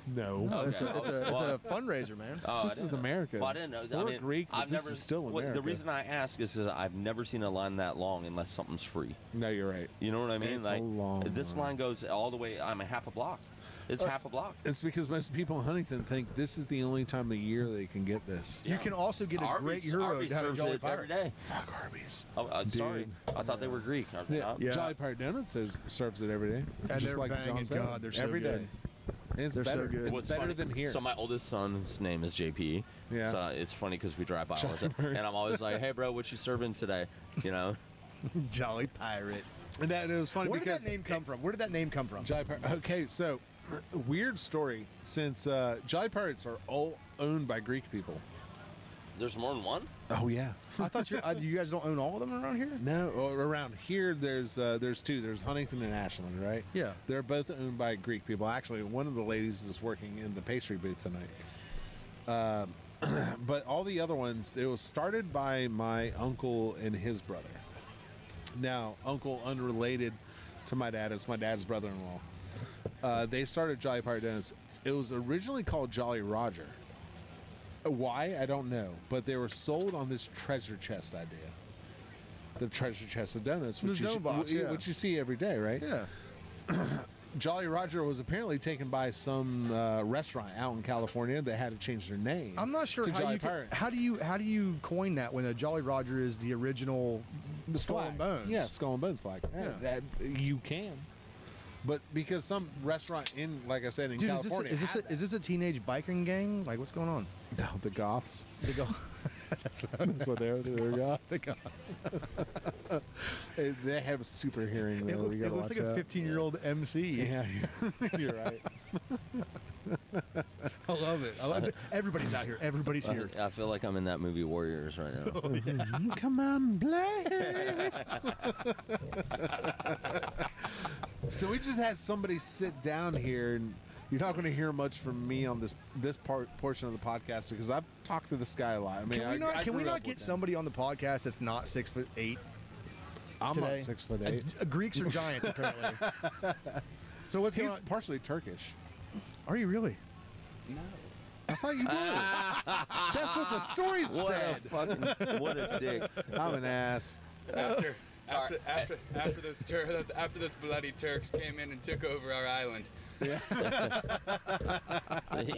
No. no, it's, a, Okay. it's, a, it's a fundraiser, man. Oh, I This didn't is know. America. Well, I didn't know. I We're mean, Greek, but I've this never, is still well, America. The reason I ask is because I've never seen a line that long unless something's free. No, you're right. You know what I mean? It's a like long Uh, this line. line goes all the way. I'm a half a block. It's half a block. It's because most people in Huntington think this is the only time of the year they can get this. You can also get a great Arby's- Euro Arby's down at serves Jolly it every Pirate. day. Fuck Arby's. Oh, I'm sorry. Dude. I thought they were Greek. Aren't they Yeah, not? Yeah. Jolly Pirate Donuts says, serves it every day. And just they're like banging John said. God, they're so Every good. day. And it's They're so better. good. It's Well, What's better funny- than here. So my oldest son's name is JP. Yeah. So it's funny because we drive by all the time, Chalmers. and I'm always like, "Hey, bro, what you serving today?" You know. Jolly Pirate. and that, it was funny Where did because that name come from? Where did that name come from? Jolly Pirate. Okay, so weird story. Since uh, Jolly Pirates are all owned by Greek people. There's more than one. Oh yeah. I thought you uh, you guys don't own all of them around here. No, or around here there's uh, there's two. There's Huntington and Ashland, right? Yeah. They're both owned by Greek people. Actually, one of the ladies is working in the pastry booth tonight. Uh, but all the other ones, it was started by my uncle and his brother. Now, uncle unrelated to my dad, it's my dad's brother-in-law. Uh, they started Jolly Pirate Donuts. It was originally called Jolly Roger. Why I don't know, but they were sold on this treasure chest idea the treasure chest of donuts, which, The you, dough see- box, wh- yeah. which you see every day, right? Yeah. Jolly Roger was apparently taken by some uh, restaurant out in California. They had to change their name. I'm not sure to how Jolly you could- Pirate. how do you how do you coin that when a Jolly Roger is the original skull flag. and bones. Yeah, skull and bones flag. Yeah, Yeah. That you can, but because some restaurant in, like I said, in Dude, is this, a, California, is, this had a, is this a teenage biking gang? Like, what's going on? that. No, the Goths. They go, That's what they're. They're Goths. they go. They- They have super hearing. It though. looks, We it gotta looks like watch a out. 15 year old MC. Yeah, you're right. I love it. I love it. Everybody's out here. Everybody's Uh, I- here. I, feel like I'm in that movie Warriors right now. Mm-hmm. Come on, play. so we just had somebody sit down here, and you're not going to hear much from me on this this part portion of the podcast because I've talked to this guy a lot. I mean, Can I- we not I can we grew not up with get him. somebody on the podcast that's not six foot eight? I'm today? not six foot eight. Uh, Greeks are giants apparently. so what's going He's on? partially Turkish. Are you really? I thought you were. That's what the story What a said. fucking what a dick. I'm an ass. after Sorry. after after, after those tur- after those bloody Turks came in and took over our island.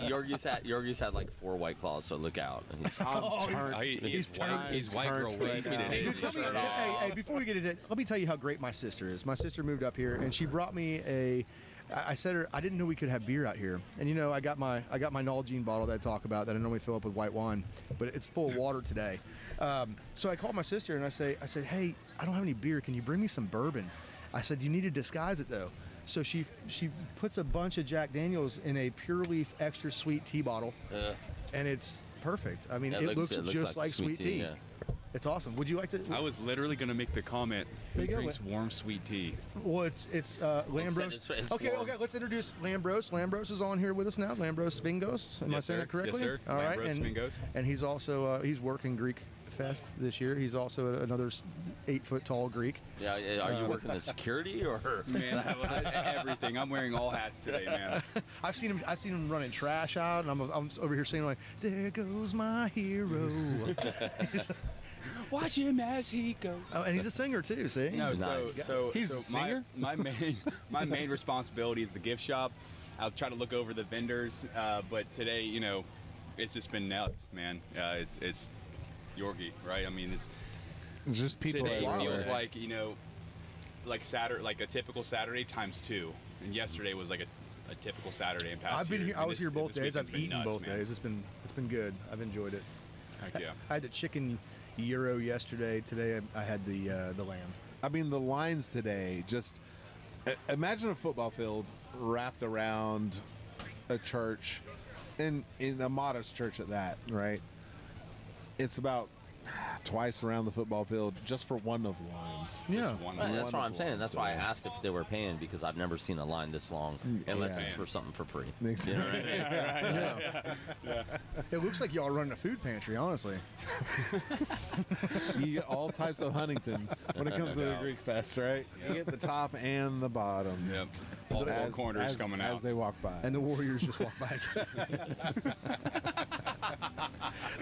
Yorgis had Yorgis had like four white claws, so look out. And he's- I'm turnt. Oh, he's turned- Oh, He's white turned girl wasted. right now. Take Dude, the tell me, shirt t- off. hey, hey, before we get into it, let me tell you how great my sister is. My sister moved up here, and she brought me a. I I said to her, I didn't know we could have beer out here, and you know, I got my I got my Nalgene bottle that I talk about that I normally fill up with white wine, but it's full of water today. Um, so I called my sister and I say, I said, hey, I don't have any beer. Can you bring me some bourbon? I said, you need to disguise it though. So she she puts a bunch of Jack Daniels in a pure leaf extra sweet tea bottle, uh, and it's perfect. I mean, It it, looks- looks, it looks just like, sweet tea. yeah. It's awesome. Would you like to? I was literally gonna make the comment. There Who you go. drinks warm sweet tea? Well, it's it's uh, Lambros. it's- it's okay, warm. okay. Let's introduce Lambros. Lambros is on here with us now. Lambros Svingos. Am I Yes, saying sir. that correctly? Yes, sir. All right. Lambros and, Svingos. And he's also uh, he's working Greek Fest this year. He's also another s- eight foot tall Greek. yeah, yeah, are you working in security or? Man, I, I, everything. I'm wearing all hats today, man. I've seen him. I've seen him running trash out, and I'm, I'm over here saying like, "There goes my hero," Watch him as he goes. oh, and he's a singer too. See? No, so Nice. so He's so a singer? My, my main my main responsibility is the gift shop. I'll try to look over the vendors, uh, but today, you know, it's just been nuts, man. Uh, it's it's Yorkie, right? I mean, it's Just people. today wild, feels right? like you know, like Saturday, like a typical Saturday times two, and yesterday was like a, a typical Saturday in past. I've been years. here. I And was this- here both this days. weekend's I've been eaten nuts, both man. days. It's been it's been good. I've enjoyed it. Heck yeah. I had the chicken gyro yesterday. Today I, I had the uh, the lamb. I mean, the lines today just i- imagine a football field wrapped around a church and in a modest church at that, right? It's about twice around the football field just for one of the lines. Yeah. Just one Right, more. that's what I'm saying. That's why I Wonderful. asked if they were paying because I've never seen a line this long unless Mm, Yeah. it's for something for free. Makes You know what I mean? Yeah. It looks like y'all running a food pantry, honestly. You get all types of Huntington when it comes to the doubt. Greek fest, right? You Yeah. get the top and the bottom. Yep. All four As- corners as- coming as out. they walk by. And the Warriors just walk back.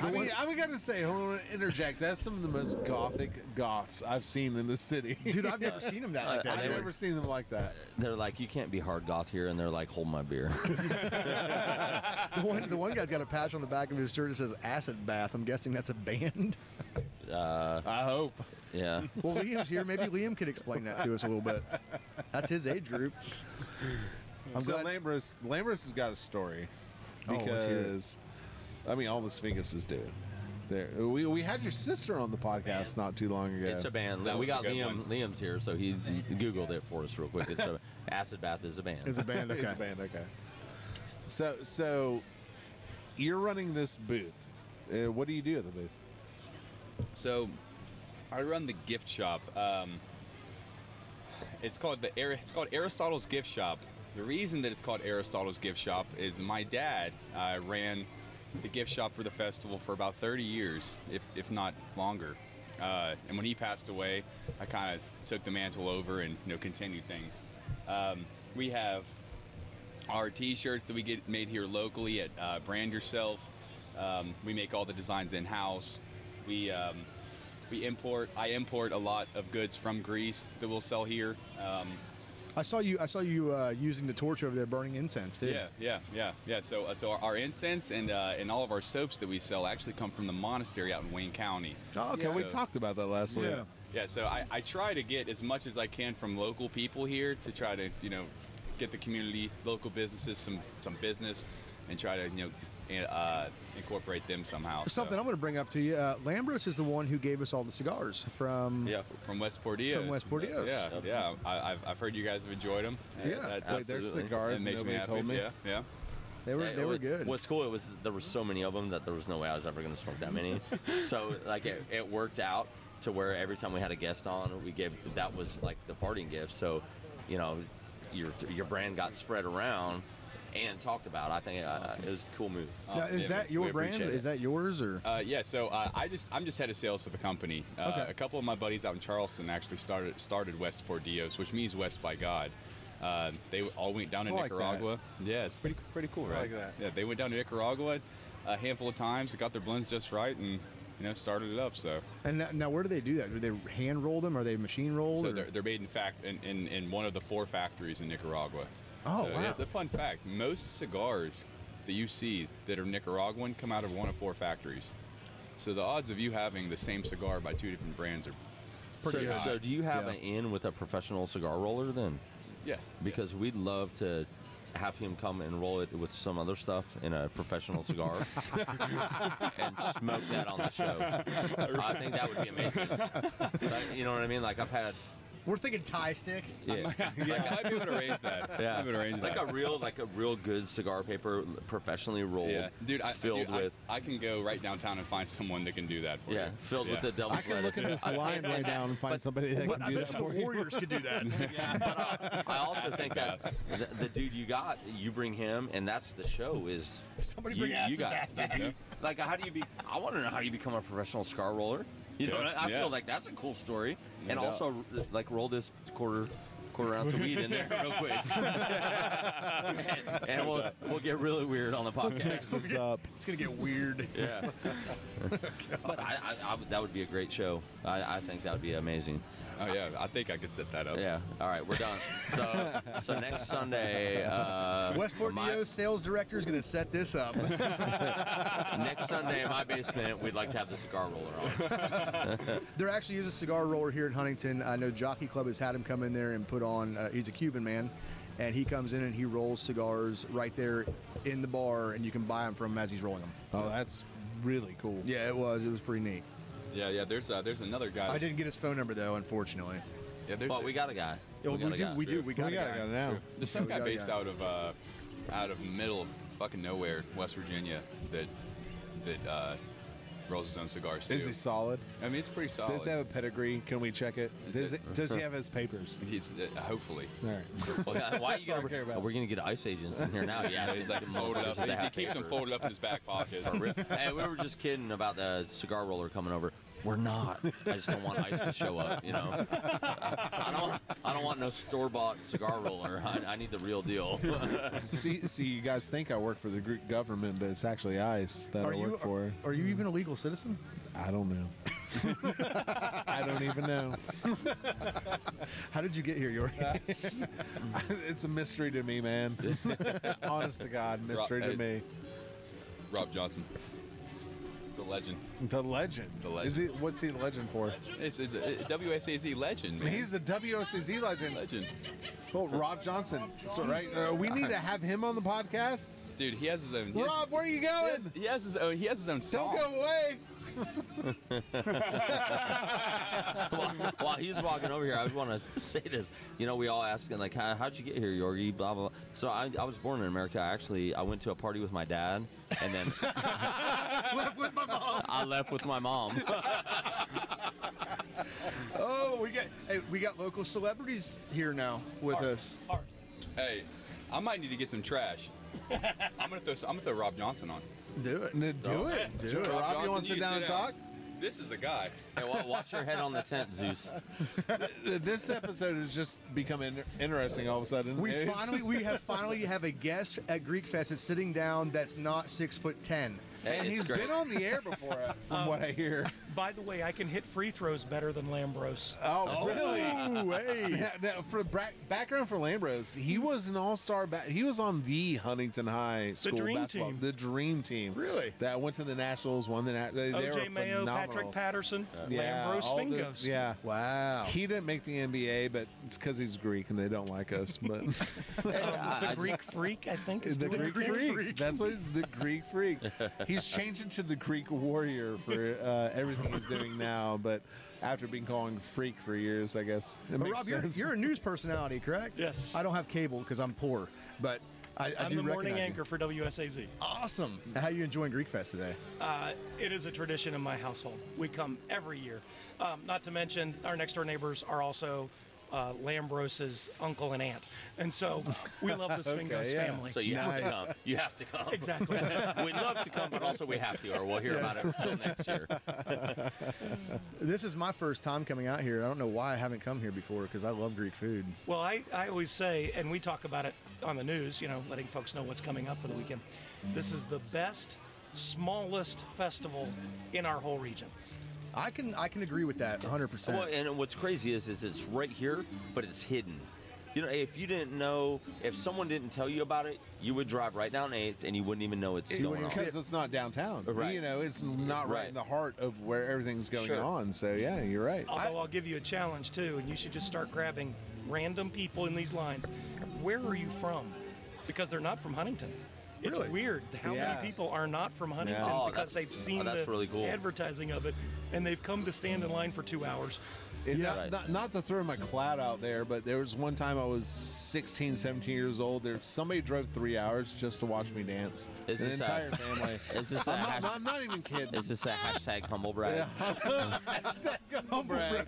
I mean, I gotta say, I want to interject. That's some of the most gothic goths I've seen in the city. Dude, I've never seen him that like that. Uh, I've they were- never seen them like that. They're like, you can't be hard goth here, and they're like, hold my beer. The one, the one guy's got a patch on the back of his shirt that says "Acid Bath." I'm guessing that's a band. I hope. yeah. Well, Liam's here. Maybe Liam could explain that to us a little bit. That's his age group. I'm so glad. Lambros, Lambros has got a story Oh, let's hear it. because I mean, all the Sphinxes do. There, we, we had your sister on the podcast not too long ago. It's a band. That we was a got good Liam. one. Liam's here, so he googled it for us real quick. It's a acid bath is a band. It's a band. Okay. It's a band. Okay. So so, you're running this booth. Uh, what do you do at the booth? So, I run the gift shop. Um, it's called the Ari- it's called Aristotle's Gift Shop. The reason that it's called Aristotle's Gift Shop is my dad uh, ran the gift shop for the festival for about 30 years, if if not longer. Uh, and when he passed away, I kind of took the mantle over and you know continued things. Um, we have our t-shirts that we get made here locally at uh, brand yourself um, we make all the designs in-house we um, we import i import a lot of goods from greece that we'll sell here um, I saw you. I saw you uh, using the torch over there, burning incense too. yeah yeah yeah yeah so uh, so our, our incense and uh, and all of our soaps that we sell actually come from the monastery out in wayne county Oh, okay. Yeah. we So- talked about that last week. Yeah. Yeah, so I, I try to get as much as I can from local people here to try to, you know, get the community, local businesses, some some business, and try to, you know, in- uh, incorporate them somehow. so- Something I'm going to bring up to you. Uh, Lambros is the one who gave us all the cigars from. yeah, from West Portillo. From West Portillo's. Yeah, yeah. I, I've, I've heard you guys have enjoyed them. Yeah. Wait, there's Absolutely. cigars. and nobody told me. Yeah, yeah. They were. Yeah, they it were was- good. What's cool, it was there were so many of them that there was no way I was ever going to smoke that many. so like it, it worked out to where every time we had a guest on, we gave that was like the parting gift. So, you know, your your brand got spread around and talked about. I think uh, it was a cool move. Now, is Yeah, that we- your we brand? appreciate Is it. that yours or? Uh, yeah, so uh, I just I'm just head of sales for the company. Uh, Okay. A couple of my buddies out in Charleston actually started started West Portillo's, which means West by God. Uh, they all went down to I like that. Nicaragua. Yeah, it's pretty pretty cool, right? like that. Yeah, they went down to Nicaragua a handful of times, got their blends just right, and you know started it up. So And now, now where do they do that? Do they hand roll them? Are they machine rolled? so or- they're, they're made in fact in, in, in one of the four factories in Nicaragua. Oh, so, wow. yeah, it's a fun fact. Most cigars that you see that are Nicaraguan come out of one of four factories. So the odds of you having the same cigar by two different brands are So, pretty high. so do you have Yeah. an in with a professional cigar roller then? yeah. Because we'd love to have him come and roll it with some other stuff in a professional cigar and smoke that on the show. I think that would be amazing. Like, you know what I mean? Like I've had We're thinking tie stick. yeah, yeah, I'd be able to arrange that. yeah. I'd be able to arrange like that. a real like a real good cigar paper professionally rolled yeah, dude, I, filled dude, I- with I, can go right downtown and find someone that can do that for you. yeah, filled with the devil's I can look lettuce. at this line way down and find somebody that But can I do bet that you the for you. Warriors could do that. I also think that the, the dude you got, you bring him, and that's the show. Is Somebody you, bring you acid got bath the dude- like how do you be? I want to know how you become a professional cigar roller. You know, Yeah, what I, I yeah. feel like that's a cool story, and doubt. also like roll this quarter. Quarter ounce of weed in there, real quick, and, and we'll we'll get really weird on the podcast. Mix this up. It's gonna get weird. Yeah. but I, I, I, would- that would be a great show. I, I think that would be amazing. Oh yeah, I think I could set that up. Yeah. All right, we're done. So, so next Sunday, uh, Westport my- DO's sales director is gonna set this up. next Sunday in my basement, we'd like to have the cigar roller on. There actually is a cigar roller here in Huntington. I know Jockey Club has had him come in there and put on. Uh, he's a Cuban man, and he comes in and he rolls cigars right there in the bar, and you can buy them from him as he's rolling them. Oh, that's really cool. Yeah, it was. It was pretty neat. yeah, yeah. There's uh, there's another guy. I didn't get his phone number though, unfortunately. Yeah, there's But we got a guy. Oh, we, got a do. guy. We do. We got, We got a guy. it now. There's some Yeah, we guy got a based guy. out of uh, out of middle of fucking nowhere, West Virginia, that that uh, rolls his own cigars too. Is he solid? I mean, it's pretty solid. Does he Oh, have a pedigree? Can we check it? Is Does, it- it- does he have his papers? He's uh, hopefully. All right. Well, God, why are you all I gonna, care about. We're gonna get ice agents in here now. Yeah, He's like folded up. He, he keeps them folded up in his back pocket. Hey, we were just kidding about the cigar roller coming over. We're not. I just don't want ice to show up. You know, I don't. I don't want no no store bought cigar roller. I, I need the real deal. see, see, you guys think I work for the Greek government, but it's actually ICE that Are I you work for. are, are you even a legal citizen? I don't know. I don't even know. How did you get here, York? it's a mystery to me, man. Honest to God, mystery to me. Rob Johnson, the legend. The legend. The legend. Is he? What's he legend for? This is uh, a, a WSAZ legend, man. He's the WOCZ legend. legend, Oh, Rob Johnson. So, right? Uh, we need to have him on the podcast. dude. He has his own. He has, Rob, where are you he has, going? he has his own. He has his own Don't song. go away. while, while he's walking over here, I want to say this. You know, we all ask him like, How, "How'd you get here, Yorgi?" Blah blah. blah. So I, I was born in America. I actually I went to a party with my dad, and then I left with my mom. oh, we got hey, we got local celebrities here now with us. Hey, I might need to get some trash. I'm gonna throw. I'm gonna throw Rob Johnson on. Do it. No, Do it. Do Do it. it. Rob Rob, you want to Johnson, sit you down and sit down. talk? This is a guy. Hey, wa- watch your head on the tent, Zeus. This episode has just become in- interesting all of a sudden. We It's finally just- we have finally have a guest at Greek Fest that's sitting down that's not six foot ten. Hey, and it's he's great. been on the air before, uh, from what I hear. By the way, I can hit free throws better than Lambros. Oh, really? Ooh, hey. Yeah, now, for bra- background for Lambros, he Hmm. was an all-star. Ba- he was on the Huntington High School dream basketball, team. the dream team. Really? That went to the nationals, won the na- they, they were OJ Mayo, phenomenal. Patrick Patterson, yeah, Lambros all the- Fingos. yeah. Wow. He didn't make the NBA, but it's because he's Greek and they don't like us. But Hey, I- The I Greek Freak, I think, is the doing it. Greek freak. That's what he's, the Greek freak. He's changing to the Greek warrior for uh, everything he's doing now. But after being calling freak for years, I guess it But makes Rob, you're, sense. you're a news personality, correct? Yes. I don't have cable because I'm poor, but I, I I'm do the morning recognize anchor You. for WSAZ. Awesome. How you enjoying Greek Fest today? Uh, it is a tradition in my household. We come every year. Um, not to mention, our next door neighbors are also uh, Lambros's uncle and aunt. And so we love the Swingos yeah. family. So you have Nice. to come. You have to come. Exactly. We'd love to come, but also we have to, or we'll hear about it until next year. This is my first time coming out here. I don't know why I haven't come here before because I love Greek food. Well, I, I always say, and we talk about it on the news, you know, letting folks know what's coming up for the weekend. This is the best, smallest festival in our whole region. I can I can agree with that 100. percent Well, and what's crazy is, is it's right here, but it's hidden. You know, if you didn't know, if someone didn't tell you about it, you would drive right down 8th and you wouldn't even know it's going on. because it's not downtown. Right. You know, it's not right, Right. in the heart of where everything's going Sure. on. So yeah, you're right. Although I, will give you a challenge too, and you should just start grabbing random people in these lines. Where are you from? Because they're not from Huntington. It's Really? weird how Yeah. many people are not from Huntington Oh, because that's- they've seen oh, that's the really cool. advertising of it and they've come to stand in line for two hours. And not, Right. not, not to throw my cloud out there, but there was one time I was 16, 17 years old. There, somebody drove three hours just to watch me dance. Is An this uh, a- entire family. Is this a I'm, hash- not, I'm not even kidding. Is this a hashtag humble brag? hashtag humble brag.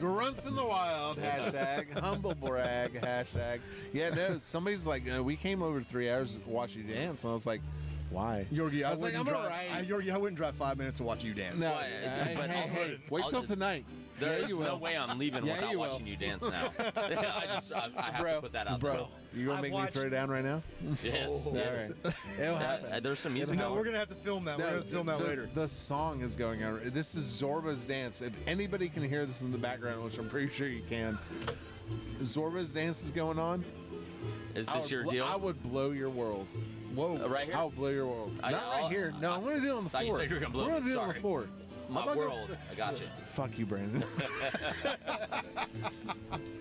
Grunts in the wild. Hashtag humble brag. Hashtag. Yeah, no. Somebody's like, uh, we came over three hours to watch you dance, and I was like, why? Yorgi, I, I was like, wouldn't I'm drive, alright. I, Yorgi, I wouldn't drive five minutes to watch you dance. No, Well, hey, it- hey, but hey, I'll- hey, wait I'll till just- tonight. There's yeah, you no will. way I'm leaving Yeah, without you will. watching you dance now. I just, I, I have to put that out bro, you gonna I've make watched- me throw down right now? there. Yes. yes. All right. It'll happen. Uh, there's some music. No, on. we're gonna have to film that. We're gonna film that the, later. The song is going on. This is Zorba's dance. If anybody can hear this in the background, which I'm pretty sure you can, Zorba's dance is going on. Is I this would your blo- deal? I would blow your world. Whoa! Uh, right here? I'll blow your world. I- Not I'll- right here. No, I- I'm gonna do it on the floor. thought you said you were gonna blow We're me. gonna do it on the Sorry. floor. My I'm not gonna- world. I got you. Fuck you, Brandon.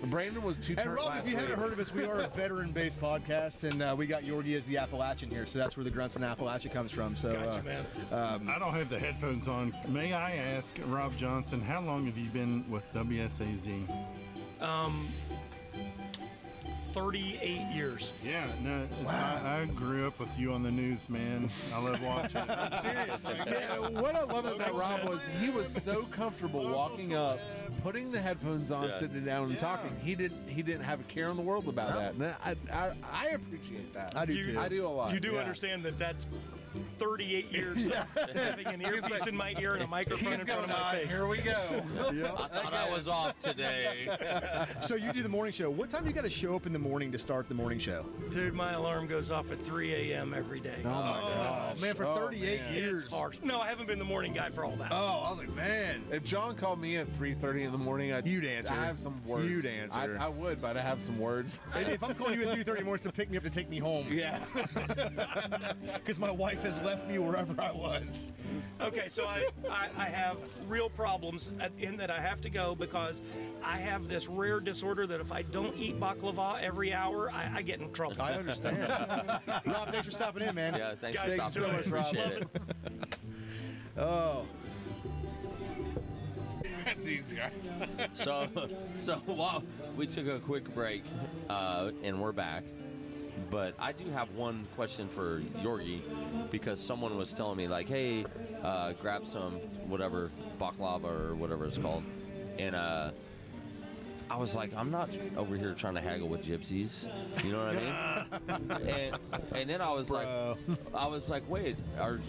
Brandon was too. And Rob, if you haven't heard of us, we are a veteran-based podcast, and uh, we got Yorgi as the Appalachian here, so that's where the grunts and Appalachia comes from. So, Gotcha, uh, man. I don't have the headphones on. May I ask, Rob Johnson, how long have you been with WSAZ? 38 years. Yeah, no, it's- I, I grew up with you on the news, man. I love watching. it. I'm serious. Like, Yeah, what I love about Rob was he was so comfortable walking up, putting the headphones on, sitting down and talking. He didn't he didn't have a care in the world about that. And I, I I appreciate that. I do You- too. I do a lot. You do yeah. understand that that's 38 years of having an earpiece like- in my ear and a microphone in He's front going of my on. face. Here we go. I thought I was off today. So you do the morning show. What time do you got to show up in the morning to start the morning show? Dude, my alarm goes off at 3 a.m. every day. Oh, man, for 38 years. It's hard. No, I haven't been the morning guy for all that. Oh, I was like, man. If John called me at 3:30 in the morning, I'd You'd answer. I have some words. You'd answer. I, I would, but I have some words. And if I'm calling you at 3:30 in the morning, it's to pick me up to take me home. yeah. Because my wife has left me wherever I was. Okay, so I, I, I have real problems at, in that I have to go because I have this rare disorder that if I don't eat baklava every hour, I, I get in trouble. I understand. Rob, thanks for stopping in, man. Yeah, thanks Guys, for thank stopping. you so I much, Rob. Oh. appreciate it. So, so while we took a quick break, uh, and we're back. But I do have one question for Yorgi, because someone was telling me like, "Hey, uh, grab some whatever baklava or whatever it's called," and uh, I was like, "I'm not over here trying to haggle with gypsies," you know what I mean? and, and then I was like, "I was like, wait, are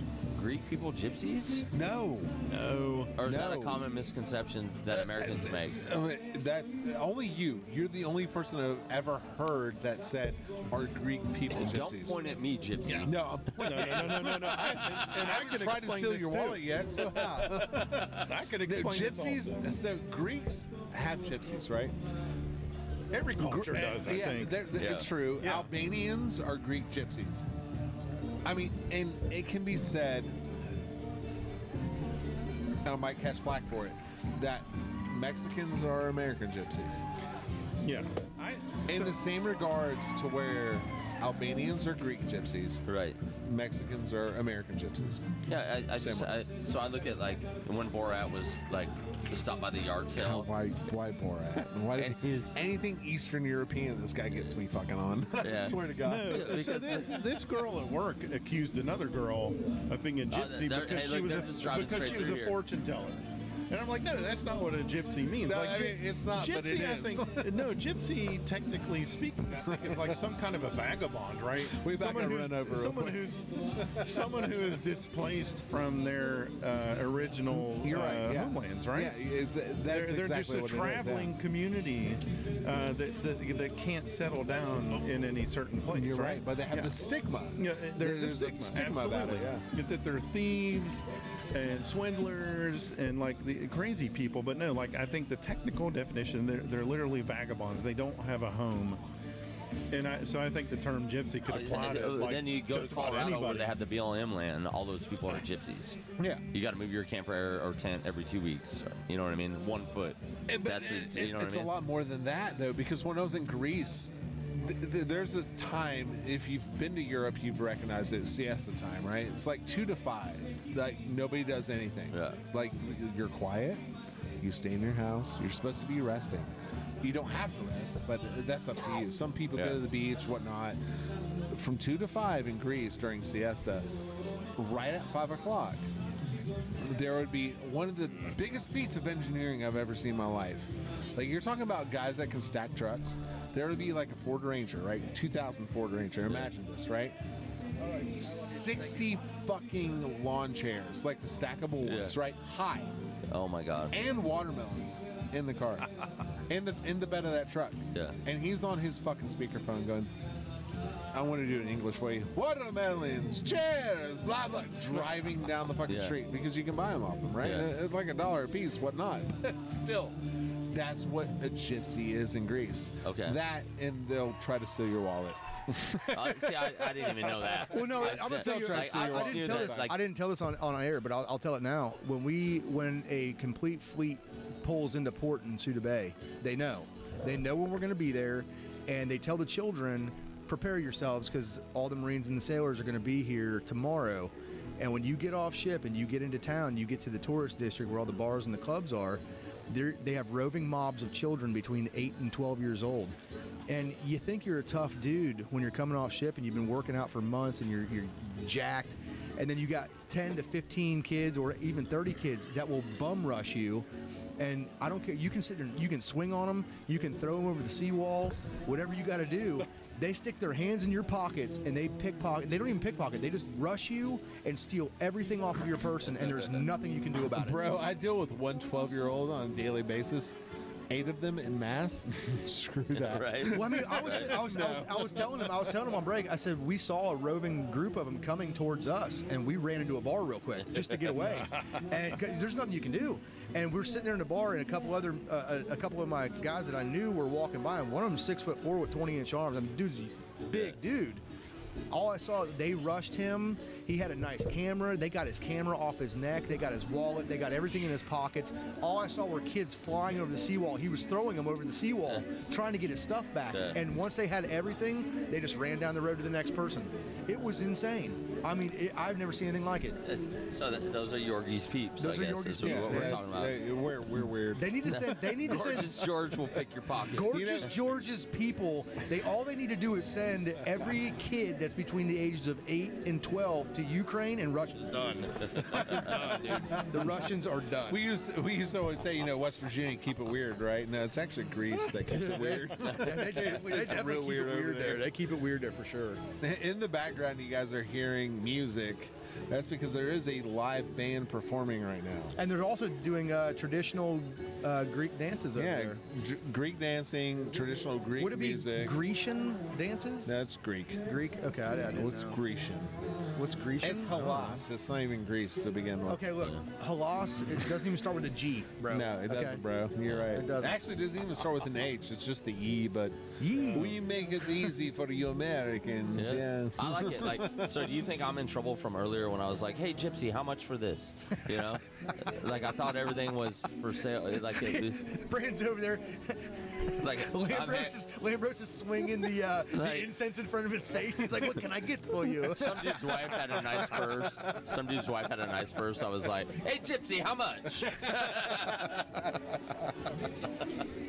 Greek people gypsies, No. No. or is that a No. common misconception that Americans make?" I mean, That's only you. You're the only person I've ever heard that said, "Are Greek people Don't gypsies?" point at me, gypsy. No, I'm pointing. No, no, no, no, no. I, and, and I, I can tried to explain steal this your too. wallet yet, so how? I could The explain this all day. gypsies. So Greeks have gypsies, right? Every culture does, I yeah, think. they're- they're- it's true. Yeah. Albanians are Greek gypsies. I mean, and it can be said, and I might catch flack for it, that Mexicans are American gypsies. Yeah. I, In the same regards to where Albanians are Greek gypsies, Right. Mexicans are American gypsies. Yeah, I, I Same just one. I, so I look at like when Borat was like stopped by the yard sale. Why, why Borat? Why And his- anything Eastern European? This guy gets me fucking on. I Yeah. swear to God. No, Yeah, so because- this, this girl at work accused another girl of being a gypsy Oh, they're- because hey, look, she was they're just a, driving because she straight was through a here. fortune teller. And I'm like, no, that's not what a gypsy means. No, like, I gy- mean, it's not, gypsy, but it I is. think, no, gypsy, technically speaking, I think it's like some kind of a vagabond, right? We back someone and who's, run over real someone quick. who's someone who is displaced from their uh, original You're right. uh, yeah. homelands, right? Yeah, it- th- that's they're, they're exactly just a what it is, yeah. traveling community uh, that, that, that can't settle down in any certain place. You're right, but they have Yeah. the stigma. Yeah, uh, there's, a stigma, about absolutely. it. Yeah. That- That they're thieves and swindlers and like the crazy people. But no, like I think the technical definition, they're, they're literally vagabonds. They don't have a home. And I, so I think the term gypsy could apply to like, Oh, then you go just to about Colorado where anybody. they have the BLM land. All those people are gypsies. Yeah. You got to move your camper or tent every two weeks. you know what I mean? One foot. Eh, but That's it- it, you know what it's I mean? a lot more than that, though, because when I was in Greece, th- th- there's a time, if you've been to Europe, you've recognized it, siesta time, right? It's like two to five. Like, nobody does anything. Yeah. Like, you're quiet, you stay in your house, you're supposed to be resting. You don't have to rest, but that's up to you. Some people Yeah. go to the beach, whatnot. From two to five in Greece during siesta, right at five o'clock, there would be one of the biggest feats of engineering I've ever seen in my life. Like you're talking about guys that can stack trucks. There would be like a Ford Ranger, right? 2000 Ford Ranger. Imagine this, right? 60 fucking lawn chairs, like the stackable Yeah. ones, right? High. Oh my God. And watermelons in the car. in the in the bed of that truck. Yeah. And he's on his fucking speakerphone going I want to do it in English for you. Watermelons, chairs, blah blah. Driving down the fucking Yeah. street because you can buy them off them, right? Yeah. Uh, Like a dollar a piece, whatnot. But still, that's what a gypsy is in Greece. Okay. That and they'll try to steal your wallet. Uh, see, I, I didn't even know that. Well, no, I I'm gonna said- tell you. like, I, I just knew didn't tell that, this. like, I didn't tell this on, on air, but I'll, I'll tell it now. When we, when a complete fleet pulls into port in Suda Bay, they know. They know when we're going to be there, and they tell the children, "Prepare yourselves, because all the Marines and the sailors are going to be here tomorrow." And when you get off ship and you get into town, you get to the tourist district where all the bars and the clubs are. They're, they have roving mobs of children between 8 and 12 years old. And you think you're a tough dude when you're coming off ship and you've been working out for months and you're, you're jacked. And then you got 10 to 15 kids or even 30 kids that will bum rush you And I don't care. You can sit there. You can swing on them. You can throw them over the seawall. Whatever you got to do. They stick their hands in your pockets and they pickpocket. They don't even pickpocket. They just rush you and steal everything off of your person, and there's nothing you can do about it. Bro, I deal with one 12 year old on a daily basis. Eight of them in mass. Screw that. right? Well, I mean, I was, I was, I was, I was telling him, I was telling him on break. I said we saw a roving group of them coming towards us, and we ran into a bar real quick just to get away. and 'cause there's nothing you can do. And we're sitting there in the bar, and a couple other, uh, a, a couple of my guys that I knew were walking by, and one of them six foot four with 20 inch arms. I mean, dude's a big dude. All I saw, they rushed him. He had a nice camera. They got his camera off his neck. They got his wallet. They got everything in his pockets. All I saw were kids flying over the seawall. He was throwing them over the seawall, trying to get his stuff back. Yeah. And once they had everything, they just ran down the road to the next person. It was insane. I mean, it, I've never seen anything like it. That's- So th- those are Yorgie's peeps. Those I are guess, Yorgie's is peeps, What we're man. talking about. They- we're, we're weird. They need to send. They need to send. Gorgeous George will pick your pocket. Gorgeous George's people, they all they need to do is send every kid that's between the ages of 8 and 12 to Ukraine and Russia. Done. The Russians are done. we used we used to always say, you know, West Virginia keep it weird, right? No, it's actually Greece that keeps it weird. Yeah, they definitely, they It's definitely real keep weird it over weird there. there. They keep it weird there for sure. In the background, you guys are hearing music. That's because there is a live band performing right now. And they're also doing uh, traditional uh, Greek dances over yeah, there. G- Greek dancing, traditional Greek Would it be music. Grecian dances? That's Greek. Greek. Okay, I, I didn't What's know. Grecian? What's Grecian? It's I don't know. Hellas. It's not even Greece to begin with. Okay, look, Halas. It doesn't even start with a G, bro. No, it Okay. doesn't, bro. You're right. It doesn't. Actually, it doesn't even start with an H. It's just the E, but Yee. we make it easy for you Americans. Yes. Uh, I like it. Like, so do you think I'm in trouble from earlier when I was like, "Hey, Gypsy, how much for this?" You know, like I thought everything was for sale. Like, it, Brand's over there. like I'm ha- Lambros is, Lambros is swinging the, uh, Like- the incense in front of his face. He's like, "What can I get for you?" some dude's wife had a nice purse. Some dude's wife had a nice purse. I was like, "Hey, Gypsy, how much?"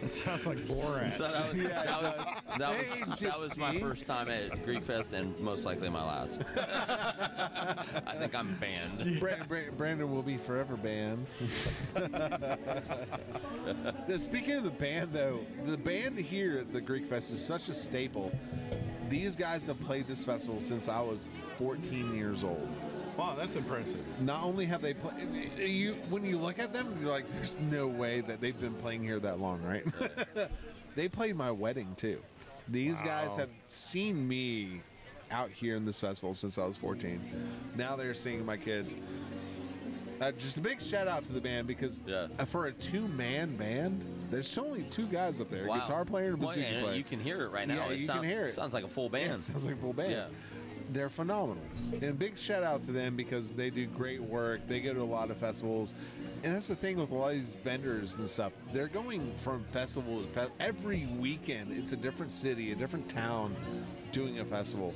It sounds like Borat. So that was that was that was, Hey, that was my Gypsy. first time at Greek Fest and most likely my last. I think I'm banned. Brand, Brand, Brandon will be forever banned. Now, Speaking of the band, though, the band here at the Greek Fest is such a staple. These guys have played this festival since I was 14 years old. Wow, that's impressive. Not only have they played, you when you look at them, you're like, "There's no way that they've been playing here that long, right?" they played my wedding too. These guys Wow. have seen me out here in this festival since I was 14. Now they're seeing my kids. Uh, just a big shout out to the band because Yeah. uh, for a two man band, there's only two guys up there: Wow. guitar player and Well, bazooka yeah, player. You can hear it right now. Yeah, it you can sound- hear it. Sounds like a full Yeah, band. it sounds like full band. Yeah. They're phenomenal. And big shout out to them because they do great work. They go to a lot of festivals. And that's the thing with a lot of these vendors and stuff. They're going from festival to festival. Every weekend, it's a different city, a different town doing a festival.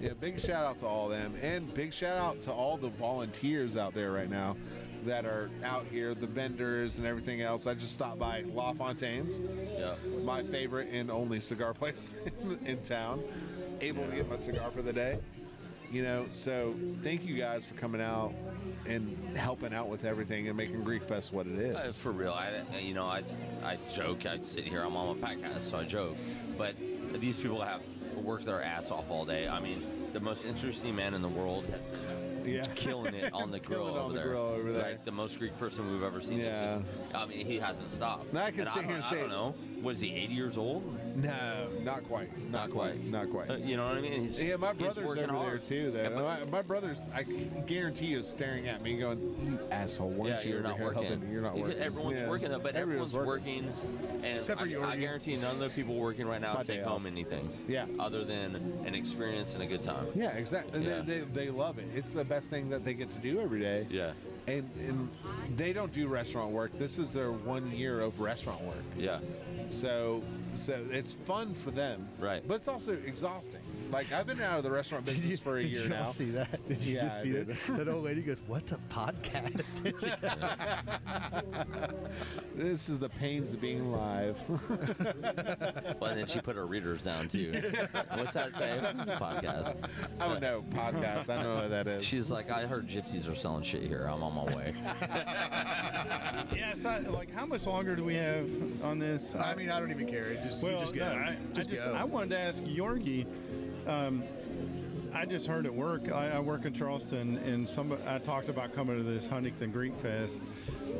Yeah. big shout out to all of them. And big shout out to all the volunteers out there right now that are out here, the vendors and everything else. I just stopped by La Fontaine's yeah. my favorite and only cigar place in, in town. Able to get my cigar for the day. You know, so thank you guys for coming out and helping out with everything and making Greek Fest what it is. Uh, for real, I I- you know I I joke. I sit here. I'm on my podcast, so I joke. But these people have worked their ass off all day. I mean, the most interesting man in the world has been Yeah. killing it on the He's grill killing it over on the there. grill over there. Like the most Greek person we've ever seen. Yeah. I mean, he hasn't stopped. Now I can And sit don't- here and I say- don't know. Was he 80 years old? no, not quite. Not, quite. Not quite. Uh, you know what I mean? He's, yeah, my he's brother's working over there hard. too. Though And my- my, my brother's, I guarantee you, is staring at me, going, "You asshole, yeah, weren't you you're over not here working. helping? You're not You could- working." Everyone's Yeah. working, though, but everyone's, working. and Except for I, you, I Oreo. guarantee none of the people working right now My take day home off. anything. Yeah. Other than an experience and a good time. Yeah, exactly. Yeah. They, they, they love it. It's the best thing that they get to do every day. Yeah. and, and they don't do restaurant work. This is their one year of restaurant work. Yeah. So So it's fun for them, Right. But it's also exhausting. Like I've been out of the restaurant Did business you- for a year did y'all now. see that? Did you Yeah, just I see did. that? That old lady goes, "What's a podcast?" This is the pains of being live. Well, and then she put her readers down too. What's that say? Podcast. I don't know podcast. I know what that is. She's like, I heard gypsies are selling shit here. I'm on my way. Yeah, so like, how much longer do we have on this? I mean, I don't even care. It just, you Well, just no, go. I, I just just- go. I wanted to ask Yorgi. Um, I just heard at work. I, I work in Charleston, and some I talked about coming to this Huntington Greek Fest.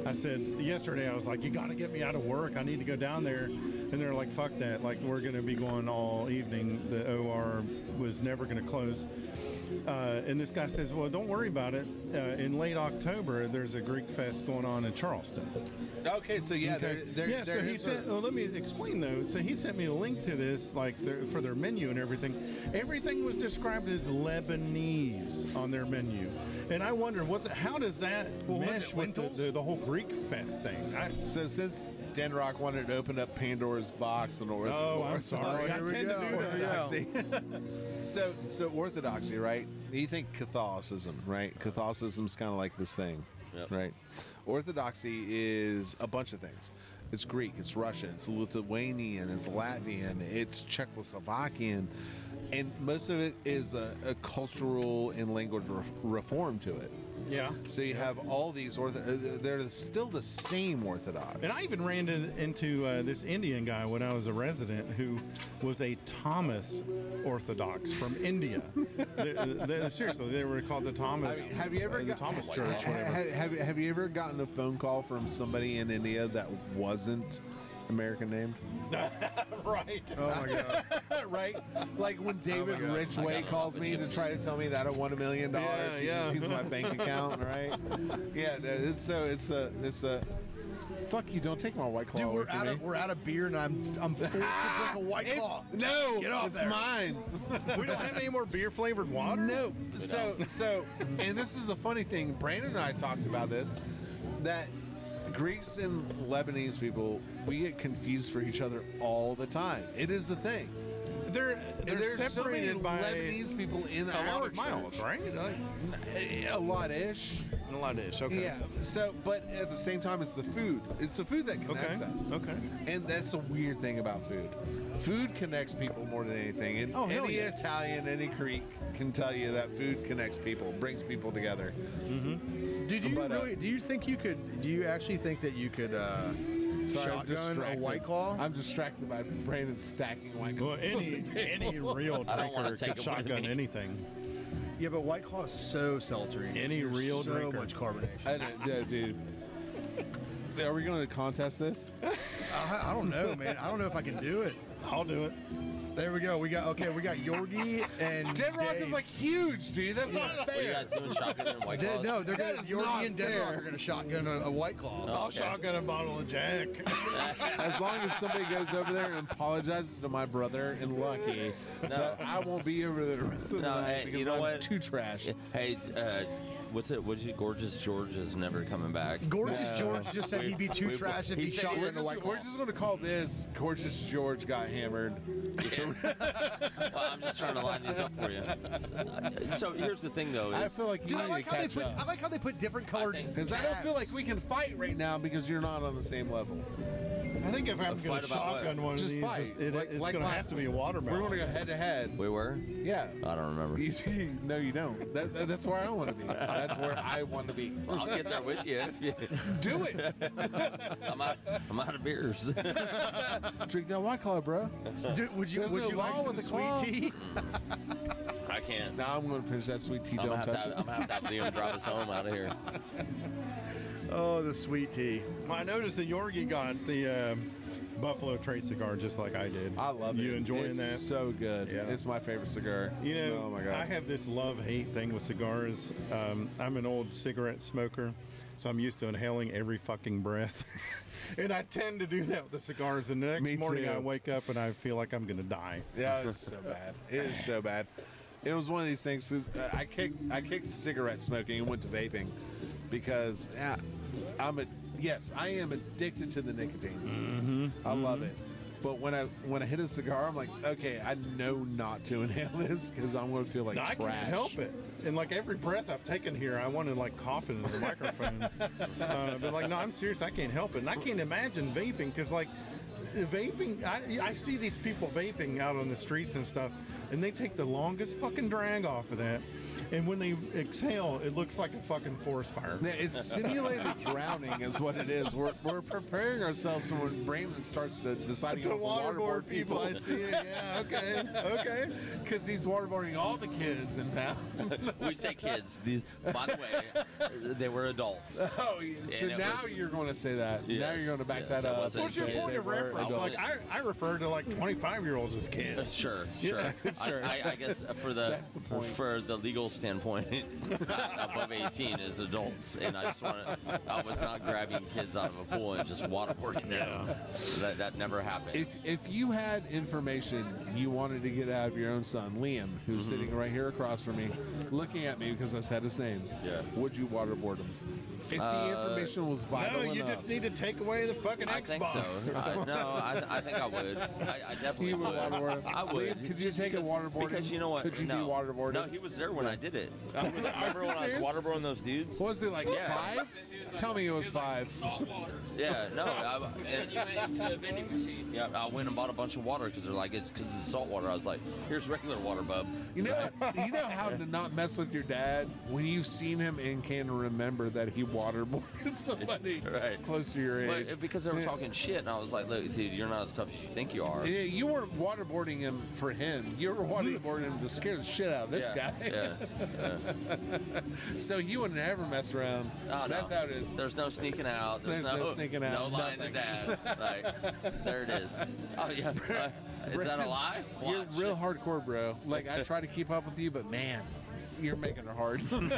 I said yesterday, I was like, "You got to get me out of work. I need to go down there." And they're like, "Fuck that! Like, we're going to be going all evening. The OR was never going to close." Uh, and this guy says, "Well, don't worry about it. Uh, in late October, there's a Greek Fest going on in Charleston." okay, so yeah, Okay. there, there, yeah. there so he is a- sent. Well, let me explain though. So he sent me a link to this, like their, for their menu and everything. Everything was described as Lebanese on their menu, and I wondered what. The, how does that was mesh it with the, lentils? the, the whole Greek fest thing? I, So since Dan Rock wanted to open up Pandora's box and ortho- oh, I'm sorry. I here we tend go, to do here we go. that. orthodoxy. so so orthodoxy, right? You think Catholicism, right? Catholicism's kind of like this thing, right? Orthodoxy is a bunch of things. It's Greek, it's Russian, it's Lithuanian, it's Latvian, it's Czechoslovakian, and most of it is a, a cultural and language re- reform to it. Yeah. So you have all these ortho. uh, They're still the same Orthodox. And I even ran in- into uh, this Indian guy when I was a resident who was a Thomas Orthodox from India. They- they- seriously, they were called the I Thomas. mean, have you ever uh, the got- Oh Thomas ha- Church? ha- Whatever. Have, have, have you ever gotten a phone call from somebody in India that wasn't American named? right. oh my god! right? Like when David Oh God. Richway calls me to try to tell me that I won a million dollars, he Yeah, just yeah. uses my bank account, right? Yeah, no, it's so it's a it's a fuck you. Don't take my white claw Dude, away we're from out me. of we're out of beer, and I'm I'm forced to drink a white It's- claw. no, Get off it's there. mine. we don't have any more beer flavored water. No. So so and this is the funny thing, Brandon and I talked about this, that Greeks and Lebanese people, we get confused for each other all the time. It is the thing. They're Uh, they're There's so many separated by Lebanese people in a lot our of miles, church. right? Like, A lot ish. a lot of ish. Okay. Yeah. So, but at the same time, it's the food. It's the food that connects Okay, us. okay. And that's the weird thing about food. Food connects people more than anything. And Oh, hell any yes. Italian, any Greek can tell you that food connects people, brings people together. Did you But, uh, really? Do you think you could? Do you actually think that you could? Uh, shotgun a white claw? I'm distracted by Brandon stacking white claws. Well, any any real I don't wanna drinker take could them with shotgun me. anything. yeah, but white claw is so seltzery. Any There's real so drinker. much carbonation. I don't know, dude. Are we going to contest this? I, I don't know, man. I don't know if I can do it. I'll do it. There we go. We got okay. We got Yorgi and Dead Rock Dave. is like huge, dude. That's not What are you fair. guys doing shotgun and white They- claws? no, they're That gonna, is Yorgi not and Dead Rock fair. are gonna shotgun a, a white claw. Oh, I'll okay. shotgun a bottle of Jack. As long as somebody goes over there and apologizes to my brother and Lucky, that I won't be over there the rest of the No, night hey, because you know I'm what? too trash. Yeah, Hey, uh, what's it? What's it? Gorgeous George is never coming back. Gorgeous George just said We- he'd be too we- trash if he he said shot he her We're in a white just, claw. we're just going to call this Gorgeous George Got Hammered. well, I'm just trying to line these up for you. So here's the thing, though. I Is, feel like you Dude, I need like to how they catch put I up. like how they put different colored. think- Because I don't feel like tabs. we can fight right now because you're not on the same level. I think if I'm going fight to about what? shotgun one Just of these, fight. it's- it, Like- it's like going to last have to be a week. We're watermelon. going to go head to head. we were? Yeah. I don't remember. You see- no, you don't. That, that- that's where I want to be. That's where I want to be. I'll get there with you. If you Do it. I'm, out, I'm out of beers. Drink that white claw, bro. Dude, would you There's would no you like law some with the sweet claw. tea? I can't. Now I'm going to finish that sweet tea. I'm gonna, don't have to touch have, it. I'm gonna have to have Liam drive us home out of here. Oh, the sweet tea. I noticed that Yorgi got the um, Buffalo Trace cigar just like I did. I love it. you enjoying It's that. So good. Yeah. It's my favorite cigar. You know, oh my god. I have this love hate thing with cigars. Um, I'm an old cigarette smoker, so I'm used to inhaling every fucking breath. and I tend to do that with the cigars. And the next Me morning too. I wake up and I feel like I'm going to die. yeah, it's so bad. It is so bad. It was one of these things because uh, I kicked I kicked cigarette smoking and went to vaping because yeah, I'm a yes I am addicted to the nicotine. I love it. But when I when I hit a cigar, I'm like, okay, I know not to inhale this because I'm gonna feel like I trash. can't help it. And like every breath I've taken here, I want to like cough into the microphone. uh, but like, no, I'm serious. I can't help it. And I can't imagine vaping because like vaping, I, I see these people vaping out on the streets and stuff, and they take the longest fucking drag off of that. And when they exhale, it looks like a fucking forest fire. Yeah, It's simulated drowning, is what it is. We're, we're preparing ourselves for when Brandon starts to deciding To on some waterboard people, I see it. Yeah, okay, okay. Because he's waterboarding all the kids in town. we say kids. These, by the way, they were adults. Oh, yeah, so And it now was- you're going to say that. now Yes, you're going to back yes, that I up. wasn't What's your Yeah, point they of reference? I Like, was- I, I refer to like 25 year olds as Uh, kids. Sure, sure. sure. I, I, I guess uh, for the, That's the point. for the legal standpoint, above 18 is adults, and I just want to. I was not grabbing kids out of a pool and just waterboarding them. That that never happened. If, if you had information you wanted to get out of your own son, Liam, who's Mm-hmm. sitting right here across from me, looking at me because I said his name, Yeah. would you waterboard him? If the Uh, information was No, vital Oh, you enough, just need to take away the fucking I Xbox. think so. I, no, I, I think I would. I, I definitely You would would. waterboard him. I would. Liam, could you Just take a because- waterboarding? Because you know what? Could you be no. waterboarded? No, he was there when I did it. I was- I remember you when I serious? was waterboarding those dudes? What was it like Yeah. five? Tell me it was five. Yeah, no. I, and, to a vending machine. yeah, I went and bought a bunch of water because they're like, it's because it's salt water. I was like, here's regular water, bub. You know, you know how to not mess with your dad when you've seen him and can remember that he waterboarded somebody Right. close to your age. But because they were talking shit, and I was like, look, dude, you're not as tough as you think you are. Yeah, you weren't waterboarding him for him. You were waterboarding him to scare the shit out of this yeah, guy. Yeah. So you would never mess around. Oh, no. That's how it is. There's no sneaking out. There's, There's no sneaking out, No lying to nothing. dad. Like, there it is. Oh, yeah. Uh, is that a lie? You're Watch. real hardcore, bro. Like I try to keep up with you, but man, you're making it hard.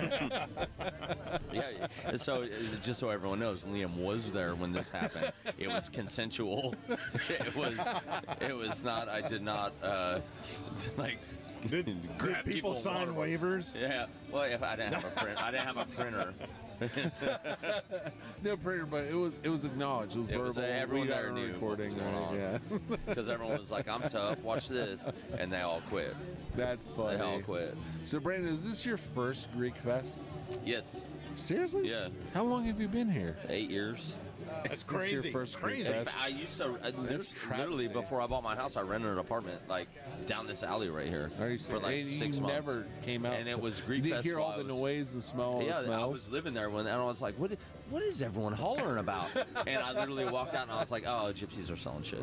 Yeah. yeah. So uh, just so everyone knows, Liam was there when this happened. It was consensual. It was. It was not. I did not. Uh, like. Did, Grab did people, people sign water. waivers? Yeah. Well, if I didn't have a print, I didn't have a printer. no prayer, but it was it was acknowledged. It was It verbal. was, uh, everyone we got there a knew what recording. was going right? on. Yeah, because everyone was like, "I'm tough. Watch this," and they all quit. that's funny. They all quit. So Brandon, is this your first Greek fest? Yes. Seriously? Yeah. How long have you been here? Eight years. That's This is crazy. your first Greek crazy. fest? I used to I, That's literally travesty. before I bought my house, I rented an apartment like down this alley right here Are you for serious? like And six you months. Never came out, And it to- was Greek You fest hear while all I the was- noise and smell all the yeah, I smells. was living there when, and I was like, "What? What is everyone hollering about?" and I literally walked out and I was like, "Oh, gypsies are selling shit."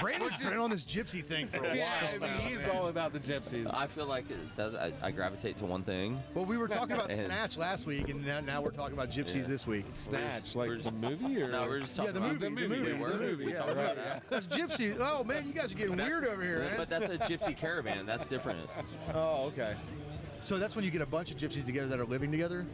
Brandon's been on this gypsy thing for a yeah, while I mean, now. he's all about the gypsies. I feel like it does, I, I gravitate to one thing. Well, we were talking about And- Snatch last week, and now, now we're talking about gypsies Yeah. this week. Snatch, like we're the just- movie, or No, we we're just Yeah, talking the about movie, the movie, We the were. movie, we yeah, talked the about movie. that. That's gypsy. Oh man, you guys are getting That's- weird over here, man. But that's a gypsy caravan. That's different. Oh, okay. So that's when you get a bunch of gypsies together that are living together.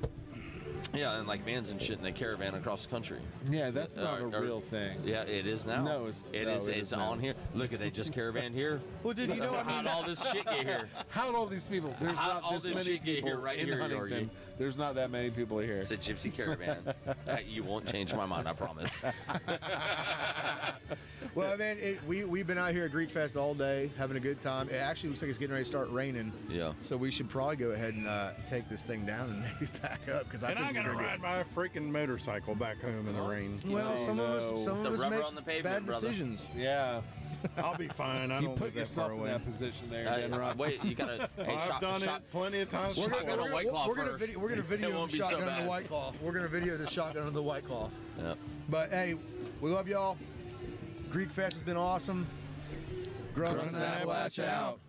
Yeah, and like vans and shit, and they caravan across the country. yeah, that's not Or- a or- real thing. Yeah, it is now. No, it's- it no, is- it It's is now. on here. Look at they just caravaned here. Well, did you know? I How'd mean, all this shit get here? How did all these people? There's How- not all this, this many shit get people here right in here, Huntington. Yorkie. There's not that many people here. It's a gypsy caravan. Uh, you won't change my mind, I promise. well, I mean, it, we we've been out here at Greek Fest all day, having a good time. It actually looks like it's getting ready to start raining. Yeah. So we should probably go ahead and uh, take this thing down and maybe back up because I And think I we're gotta gonna Get, ride my freaking motorcycle back home in the rain. well, No, some of no. us, some The of us rubber make on the pavement, bad brother. decisions. yeah, I'll be fine. I you don't put live that far yourself in away. that position there, Uh, Dan Rock. wait, you gotta. Hey, I've shot, done shot, it plenty of times. We're Shotgun gonna, on we're, White Claw we're gonna first. video, we're gonna It video won't be so shotgun on bad. the White Claw. We're gonna video the shotgun on the White Claw. Yep. But hey, we love y'all. Greek Fest has been awesome. Grunts Grunts and Appalach out.